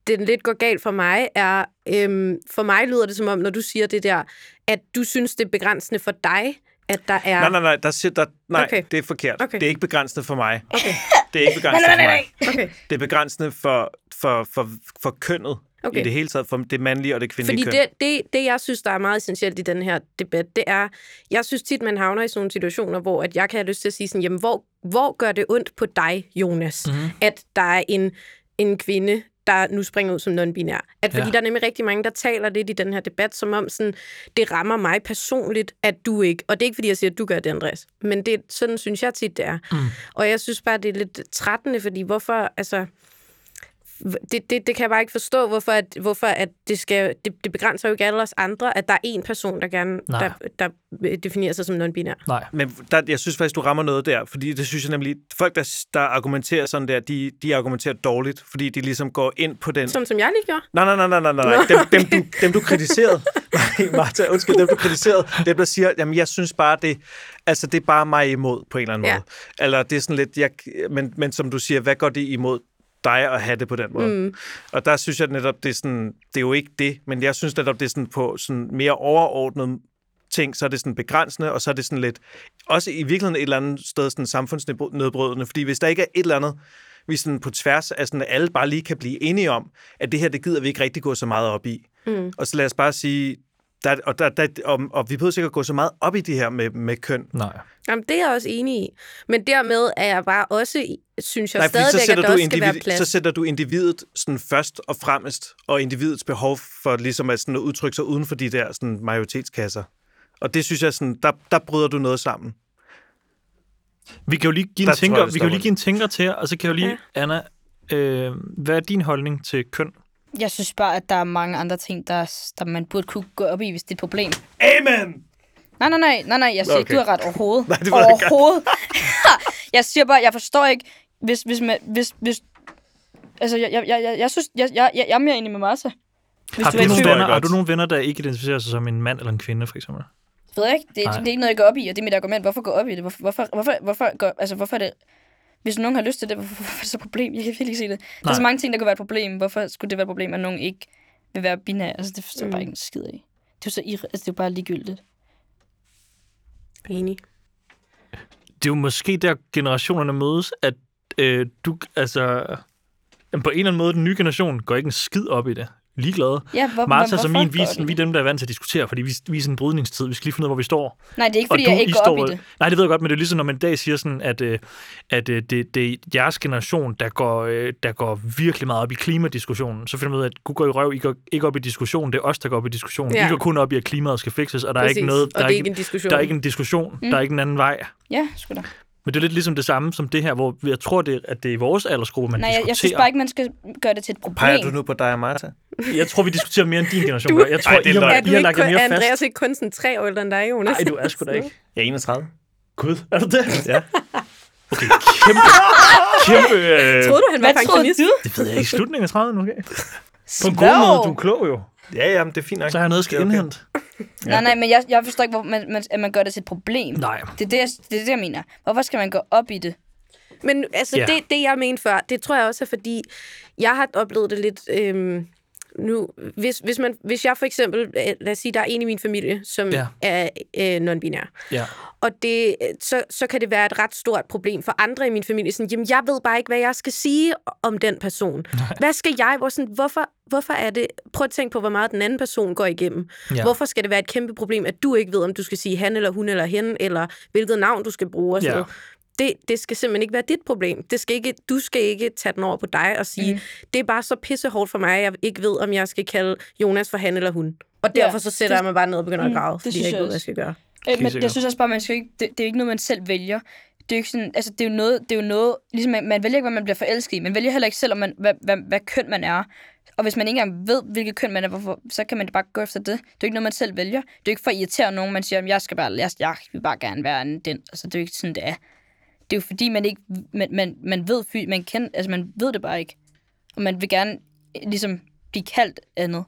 D: den lidt går galt for mig, er, øhm, for mig lyder det som om, når du siger det der, at du synes, det er begrænsende for dig, at der er...
A: Nej, nej, nej. Der, siger- der, nej
D: Okay.
A: okay. det er forkert.
D: Okay.
A: Okay. Det er ikke begrænsende for mig.
D: Okay,
A: Det er ikke
B: Nej,
A: begrænsende for
B: nej, nej,
A: mig.
D: okay.
A: Det er begrænsende for, for, for, for kønnet
D: Okay.
A: i det hele taget, for det mandlige og det kvindelige
D: Fordi
A: køn.
D: det, det, det, jeg synes, der er meget essentielt i den her debat, det er, jeg synes tit, man havner i sådan nogle situationer, hvor at jeg kan have lyst til at sige sådan, jamen, hvor, hvor gør det ondt på dig, Jonas, mm. at der er en, en kvinde, der nu springer ud som non-binær. At fordi
C: Ja.
D: ja. der er nemlig rigtig mange, der taler lidt i den her debat, som om sådan, det rammer mig personligt, at du ikke... Og det er ikke, fordi jeg siger, at du gør det, Andreas. Men det, er- sådan synes jeg tit, det er. Mm. Og jeg synes bare, det er lidt trættende, fordi hvorfor... Altså, det, det, det kan jeg bare ikke forstå, hvorfor, at, hvorfor at det, skal, det, det begrænser jo ikke alle os andre, at der er én person, der gerne
C: Nej.
D: der, der øh, definerer sig som non-binær.
C: Nej.
A: Men der, jeg synes faktisk, du rammer noget der, fordi det synes jeg nemlig, folk, der, der argumenterer sådan der, de, de argumenterer dårligt, fordi de ligesom går ind på den...
D: Som, som jeg lige gjorde.
A: Nej, nej, nej, nej, nej, nej. Dem, dem, du, dem, du kritiserede. Nej, Martha, undskyld, dem, du kritiserede. Dem, der siger, jamen, jeg synes bare, det, altså, det er bare mig imod på en eller anden
D: Ja.
A: ja. måde. Eller det er sådan lidt, jeg, men, men som du siger, hvad går det imod dig at have det på den måde? Mm. Og der synes jeg netop, det er, sådan, det er jo ikke det, men jeg synes netop, det er sådan på sådan mere overordnet ting, så er det sådan begrænsende, og så er det sådan lidt, også i virkeligheden et eller andet sted, sådan samfundsnedbrydende, fordi hvis der ikke er et eller andet, vi sådan på tværs af sådan, at alle bare lige kan blive enige om, at det her, det gider vi ikke rigtig gå så meget op i. Mm. Og så lad os bare sige, der, og, der, der, og, og vi behøver sikkert gå så meget op i det her med, med køn.
C: Nej.
D: Jamen, det er jeg også enig i. Men dermed er jeg bare også, i- synes jeg
A: Nej, fordi så
D: stadigvæk, at
A: sætter,
D: der
A: du
D: også skal være
A: individ,
D: plads.
A: så sætter du individet sådan først og fremmest, og individets behov for ligesom at, sådan, at udtrykke sig uden for de der sådan, majoritetskasser. Og det synes jeg, sådan, der, der bryder du noget sammen.
C: Vi kan jo lige give en,
A: Der tror
C: tænker,
A: jeg, det
C: vi kan jo
A: stopper
C: lige give en tænker til jer, og så kan jeg jo lige... Ja. Anna, øh, hvad er din holdning til køn?
B: Jeg synes bare, at der er mange andre ting, der, der man burde kunne gå op i, hvis det er et problem.
A: Amen!
B: Nej, nej, nej, nej, nej, jeg siger okay. ikke,
A: Okay.
B: du har ret overhovedet.
A: Nej, det var da godt.
B: overhovedet. jeg siger bare, jeg forstår ikke, hvis, hvis, man, hvis, hvis altså, jeg, jeg, jeg, jeg, jeg synes, jeg, jeg, jeg, jeg er mere enig med Martha. Hvis
C: Har
B: du
C: du,
B: er i
C: nogle
A: tvivl-
C: venner, har
A: Godt.
C: du nogle venner, der ikke identificerer sig som en mand eller en kvinde, for eksempel?
B: ved jeg ikke, det,
C: Nej.
B: det, det er ikke noget, jeg går op i, og det er mit argument. Hvorfor gå op i det? Hvorfor, hvorfor, hvorfor, hvorfor, går, altså, hvorfor er det... Hvis nogen har lyst til det, hvorfor, hvorfor er det så et problem? Jeg kan virkelig ikke se det. Der
C: Nej.
B: er så mange ting, der kunne være et problem. Hvorfor skulle det være et problem, at nogen ikke vil være binære? Altså, det forstår jeg
A: Mm.
B: bare ikke en skid af. Det er jo så irre, altså, det er jo bare ligegyldigt.
D: Enig.
C: det er jo måske der generationerne mødes, at øh, du, altså, jamen, på en eller anden måde, den nye generation går ikke en skid op i det. Ligeglade.
B: Ja, hvor,
C: Martha som
B: hvorfor
C: min, vi,
B: går
C: er sådan-
B: det?
C: vi er dem, der er vant til at diskutere, fordi vi, vi er i sådan en brydningstid. Vi skal lige finde ud af, hvor vi står.
B: Nej, det er ikke, fordi
C: og du,
B: jeg ikke går op i det.
C: Nej, det ved jeg godt, men det er ligesom, når man i dag siger sådan, at, øh, at øh, det, det er jeres generation, der går, øh, der går virkelig meget op i klimadiskussionen. Så finder man ud af, at du går i røv, I går ikke op i diskussionen. Det er os, der går op i diskussionen. Ja.
D: Ja.
C: I går kun op i, at klimaet skal fikses, og der er
D: Præcis.
C: ikke noget...
D: og
C: Der
D: det
C: er
D: er ikke en diskussion.
C: der er ikke en diskussion. Mm. Der er ikke en anden vej.
B: Ja, sgu da.
C: Men det er lidt ligesom det samme som det her, hvor jeg tror, det, at det er i vores aldersgruppe, man
B: Nej, jeg,
C: diskuterer.
B: jeg synes bare ikke, man skal gøre det til et problem.
A: Peger du nu på dig og Martha?
C: jeg tror, vi diskuterer mere end din generation.
D: Du-
C: gør. Jeg tror,
A: Ej, det er
C: I, har,
A: løgn.
D: er
C: I
D: du
C: har
D: ikke
C: lagt jer
D: kun,
C: mere
D: er
C: fast.
D: Andreas ikke kun sådan tre år ældre end dig, Jonas?
C: Nej, du er sgu da ikke.
A: Jeg er 31.
C: Gud, er du det?
A: Ja.
C: Okay, kæmpe, kæmpe... Øh,
D: Troede du, han
B: Hvad
D: var
B: troede
D: pensionist?
B: du?
C: det ved jeg ikke. Slutningen af 30 måske. På en god måde, du er klog jo.
A: Ja, jamen, det er fint nok.
C: Så har jeg noget, jeg skal
A: Det er okay.
C: indhente.
B: Nej, nej, men jeg, jeg forstår ikke, hvor man, man, at man gør det til et problem.
C: Nej.
B: Det er det, jeg, det er det, jeg mener. Hvorfor skal man gå op i det?
D: Men altså,
C: Ja.
D: yeah. det, det jeg mente før, det tror jeg også er fordi, jeg har oplevet det lidt... Øhm, nu, hvis, hvis, man, hvis jeg for eksempel, øh, lad os sige, der er en i min familie, som
C: Ja.
D: yeah. er øh, non-binær,
C: Ja.
D: og det, øh, så, så kan det være et ret stort problem for andre i min familie. Sådan, jamen, jeg ved bare ikke, hvad jeg skal sige om den person. Nej. Hvad skal jeg? Hvor, sådan, hvorfor, hvorfor er det... Prøv at tænke på, hvor meget den anden person går igennem.
C: Ja.
D: Ja. Hvorfor skal det være et kæmpe problem, at du ikke ved, om du skal sige han eller hun eller hen, eller hvilket navn du skal bruge og sådan
C: Ja.
D: ja. noget. Det, det skal simpelthen ikke være dit problem. Det skal ikke, du skal ikke tage den over på dig og sige, mm. det er bare så pissehårdt for mig, at jeg ikke ved, om jeg skal kalde Jonas for han eller hun. Og
B: Ja,
D: derfor så
B: det-
D: sætter jeg mig bare ned og begynder
B: Mm,
D: at græde,
B: det
D: fordi
B: synes
D: jeg ikke
B: jeg
D: ved, hvad jeg
B: også.
D: skal gøre.
B: Øh, men
C: sikkert.
B: jeg synes også bare, man skal ikke, det, det, er ikke noget, man selv vælger. Det er jo ikke sådan, altså det er jo noget, det er jo noget ligesom man, man vælger ikke, hvad man bliver forelsket i. Man vælger heller ikke selv, om man, hvad, hvad, hvad køn man er. Og hvis man ikke engang ved, hvilket køn man er, hvorfor, så kan man da bare gå efter det. Det er jo ikke noget, man selv vælger. Det er jo ikke for at irritere nogen, man siger, "Jamen, jeg, skal bare, jeg, jeg vil bare gerne være en den. Altså, det er jo ikke sådan, det er. Det er jo fordi, man ikke, man, man, man ved, fy- man, kender, altså, man ved det bare ikke. Og man vil gerne øh, ligesom blive kaldt andet.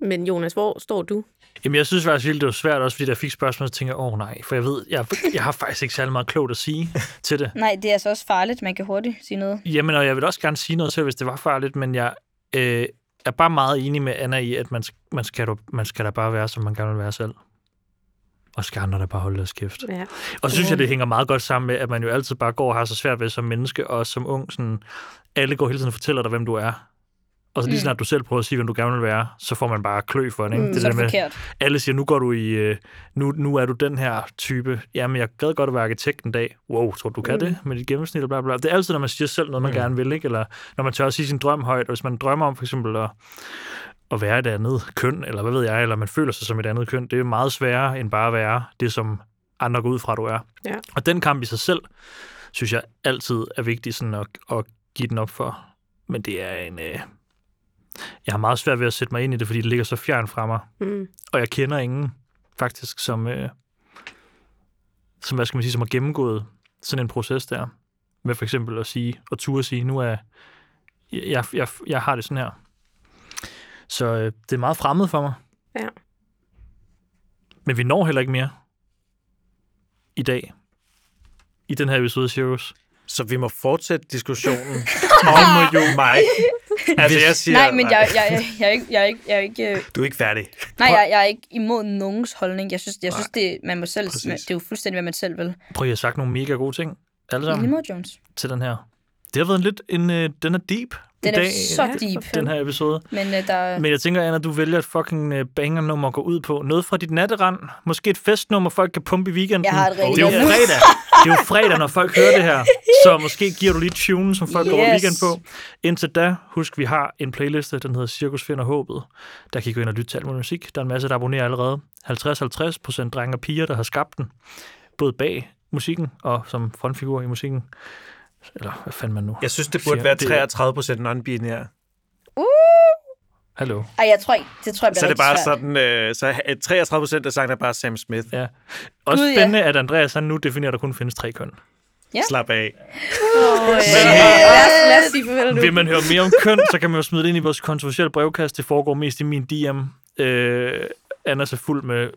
D: Men Jonas, hvor står du?
C: Jamen, jeg synes faktisk virkelig, det var svært også, fordi da jeg fik spørgsmål, så tænkte jeg, åh oh, nej, for jeg ved, jeg, jeg har faktisk ikke særlig meget klogt at sige til det.
B: Nej, det er altså også farligt. Man kan hurtigt sige noget.
C: Jamen, og jeg vil også gerne sige noget til, hvis det var farligt, men jeg øh, er bare meget enig med Anna i, at man, man, skal, da- man skal da bare være, som man gerne vil være selv. Og skal andre da bare holde deres kæft.
D: Ja.
C: Og så synes jeg, det hænger meget godt sammen med, at man jo altid bare går og har så svært ved som menneske, og som ung, sådan, alle går hele tiden og fortæller dig, hvem du er. Og så lige
B: Mm.
C: snart du selv prøver at sige, hvem du gerne vil være, så får man bare klø for det. Ikke?
D: Mm.
C: det
B: så er
C: der
B: det
C: med,
B: forkert.
C: alle siger, nu går du i, øh, nu, nu er du den her type. Jamen, jeg gad godt at være arkitekt en dag. Wow, tror du, du kan mm.
D: Mm.
C: det med dit gennemsnit? Og bla, bla. Det er altid, når man siger selv noget, man
A: Mm.
C: mm. gerne vil, ikke? Eller når man tør at sige sin drøm højt. Og hvis man drømmer om for eksempel at, at være et andet køn, eller hvad ved jeg, eller man føler sig som et andet køn, det er meget sværere end bare at være det, som andre går ud fra, du er.
D: Ja.
C: Og den kamp i sig selv, synes jeg altid er vigtig sådan at, at give den op for. Men det er en... Øh, jeg har meget svært ved at sætte mig ind i det, fordi det ligger så fjern fra mig
D: Mm.
C: og jeg kender ingen faktisk, som, øh, som, hvad skal man sige, som har gennemgået sådan en proces der, med for eksempel at sige, og turde sige, nu er jeg, jeg, jeg har det sådan her. Så øh, det er meget fremmed for mig.
D: Ja.
C: Men vi når heller ikke mere i dag, i den her episode af Zeros.
A: Så vi må fortsætte diskussionen om jo mig. Altså, jeg siger...
B: Nej, men jeg, jeg, jeg, jeg, er ikke, jeg, er ikke, jeg, er ikke, øh,
A: Du er ikke færdig.
B: nej, jeg, jeg er ikke imod nogens holdning. Jeg synes, jeg synes det, man må selv,
A: Præcis.
B: man, det er jo fuldstændig, hvad man selv vil.
C: Prøv at have sagt nogle mega gode ting, alle
B: Ja.
C: sammen,
B: Limo Jones.
C: til den her. Det har været en lidt en, øh, den er deep i
B: Den er
C: dag,
B: så
D: ja,
B: deep,
C: den her episode.
B: men uh, der er
C: Men jeg tænker, Anna, du vælger et fucking øh, bangernummer at gå ud på. Noget fra dit natterand. Måske et festnummer, folk kan pumpe i weekenden.
B: Jeg har et rigtig
C: det er jo
B: godt nummer.
C: fredag. Det er jo fredag, når folk hører det her. Så måske giver du lige tunen, som folk yes. går over
B: Yes.
C: weekend på. Indtil da, husk, vi har en playliste, den hedder Cirkus Finder Håbet. Der kan I gå ind og lytte til alt muligt musik. Der er en masse, der abonnerer allerede. 50-50 procent drenge og piger, der har skabt den. Både bag musikken og som frontfigur i musikken. Eller hvad fanden man nu?
A: Jeg synes, det burde
C: Siger,
A: være
C: det er-
A: 33 procent non-binær.
C: Hallo.
B: Ej, jeg tror ikke, det tror jeg
A: Så
B: bliver
A: er det bare
B: rigtig svært.
A: sådan... Øh, så øh, 33 procent af sangen er bare Sam Smith.
C: Ja. Også
B: Gud, ja.
C: spændende, at Andreas han nu definerer, at der kun findes tre køn.
B: Ja.
A: Slap af.
B: øh,
D: Lad, os, lad os sige farvel nu.
C: Vil man høre mere om køn, så kan man jo smide det ind i vores kontroversielle brevkast. Det foregår mest i min DM. øh, Anna er fuld med,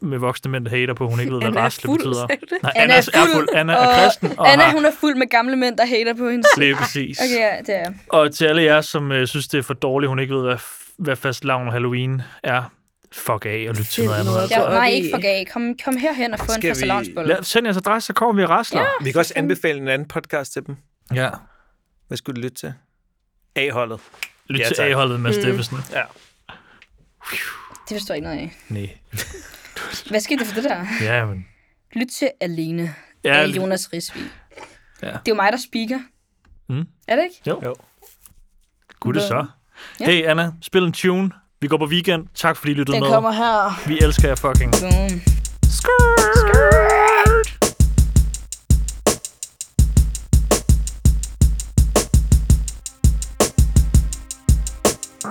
C: med voksne mænd, der hater på, at hun ikke ved, hvad
D: Anna er
C: rasle
D: fuld,
C: betyder.
D: sagde du det?
C: Nej, Anna, er fuld. Anna er kristen. Og
B: Anna,
C: har,
B: hun er fuld med gamle mænd, der hater på hende.
C: Lige præcis.
B: Okay, ja, det er jeg.
C: Og til alle jer, som øh, synes, det er for dårligt, hun ikke ved, hvad, f- hvad fast lavn Halloween er, fuck af og lyt til noget andet.
D: Så
B: Ja,
D: er
B: nej,
D: vi-
B: ikke for gag. Kom, kom herhen og få en
A: Skal vi-
B: fastelavnsbolle.
C: Lad, send jeres adresse, så kommer vi og rasler.
A: Vi kan også anbefale en anden podcast til dem.
C: Ja.
A: Hvad skulle du lytte til? A-holdet.
C: Lyt
A: Ja,
C: til
A: tak.
C: A-holdet med mm. Steffensen.
A: Ja.
B: Det forstår jeg ikke noget af.
A: Nej.
B: Hvad skete der for det der?
C: Ja, men.
B: Lyt til Alene
C: Ja,
B: af Jonas Risvig.
C: Ja.
B: Det er jo mig, der speaker.
C: Mm.
B: Er det ikke?
A: Jo.
C: kunne det så.
B: Ja.
C: Hey Anna, spil en tune. Vi går på weekend. Tak fordi I lyttede
B: Den
C: med.
B: kommer her.
C: Vi elsker jer fucking.
B: Boom.
C: Skrrr.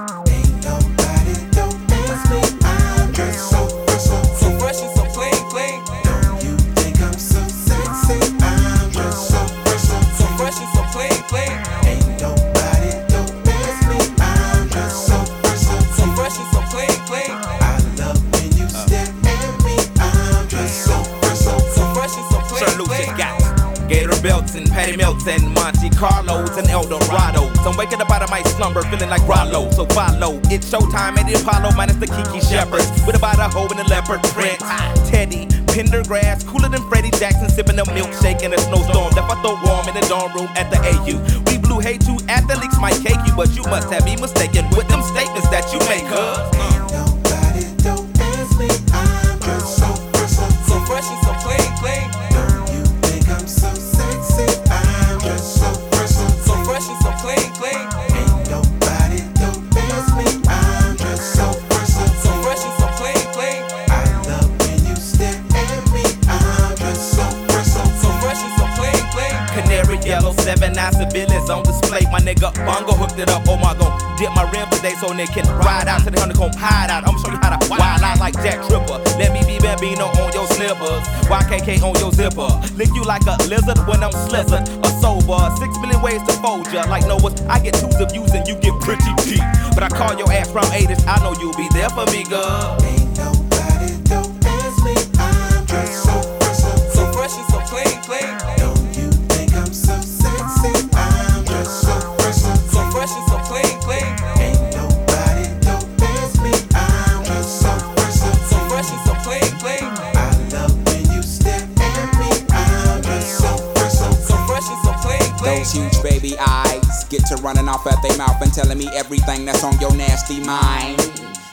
E: Nobody don't ask me. I'm just so fresh, so so fresh and so clean, clean. Don't you think I'm so sexy? I'm just so fresh, so so fresh and so clean, clean. Ain't nobody don't ask me. I'm just so fresh, so so fresh and so clean, clean. I love when you stare at me. I'm just so fresh, so so fresh and so clean,
F: Sir Lucius
E: clean.
F: got Gator belts and Patty melts and Monte Carlos and El Dorados. I'm waking up out of my slumber feeling like Rollo, so follow. It's showtime at the Apollo minus the Kiki Shepherds with about a hoe and a leopard print. Teddy, Pendergrass, cooler than Freddie Jackson, sipping a milkshake in a snowstorm. That I throw warm in the dorm room at the AU. We blew hate to athletes might cake you, but you must have me mistaken with them statements that you make, huh?
E: Nobody don't ask me. I'm just so fresh, so so
F: So fresh and so clean, clean.
E: Don't you think I'm so sexy? I'm just so fresh, so
F: So
E: so fresh.
F: fresh and so clean, clean.
E: Ain't nobody don't ask me. I'm just so fresh, so so
F: So
E: fresh.
F: fresh and so clean, clean.
E: I love when you stare at me. I'm just so fresh, so
F: So
E: so fresh.
F: fresh and so clean, clean. Canary yellow, seven nine civilians on display. My nigga Bongo hooked it up. Oh my god, dip my rim today so they can ride out to the honeycomb hide out. I'ma show you how to wild out like Jack Tripper. Let me be Bambino on your slippers, YKK on your zipper. Lick you like a lizard when I'm slizzard or sober. Six million ways to fold ya, like Noah's. I get twos of views and you get pretty deep. But I call your ass from 80s. I know you'll be there for me, girl.
E: Ain't nobody don't ask me. I'm just so fresh, so
F: So
E: so fresh.
F: fresh and so clean, clean.
E: Don't you think I'm so sexy? I'm just so fresh, so
F: So
E: so fresh.
F: fresh and so clean, clean.
E: Ain't nobody don't ask me. I'm just so fresh, so so
F: So
E: fresh.
F: fresh and so clean, clean.
E: I love when you stare at me. I'm just so fresh, so so
F: So
E: fresh.
F: fresh and so clean, clean.
G: Those huge baby eyes get to running off at their mouth and telling me everything that's on your nasty mind.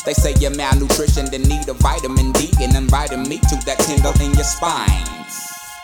G: They say you're malnutritioned and need a vitamin D and inviting me to that tingle in your spine.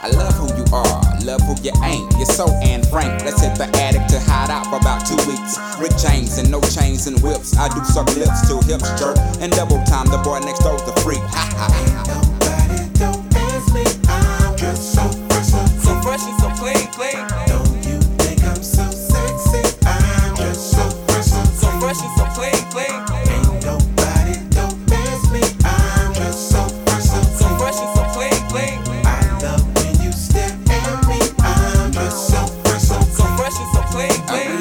G: I love who you are, love who you ain't. You're so Anne Frank. Let's hit the attic to hide out for about two weeks. Rick James and no chains and whips. I do suck lips till hips jerk and double time. The boy next door's a freak. Ha ha ha.
E: Nobody don't ask me. I'm just so fresh, so
F: So
E: so fresh.
F: fresh and so clean, clean.
E: Don't you think I'm so sexy? I'm just so fresh, so
F: So
E: so
F: fresh and so clean, clean.
E: Ain't nobody don't ask me. I'm just so fresh, so so
F: So fresh and so clean, clean.
E: I love when you stare at me. I'm just so fresh, so so
F: So fresh and so clean, clean.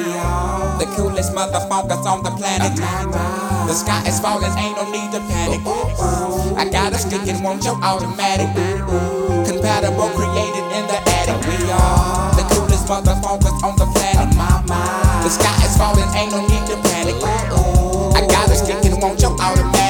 G: The coolest motherfuckers on the planet. The sky is falling, ain't no need to panic. I got a stick and want your automatic. Compatible, created in the attic. We are the coolest motherfuckers on the planet. The sky is falling, ain't no need to panic. I got a stick and want your automatic.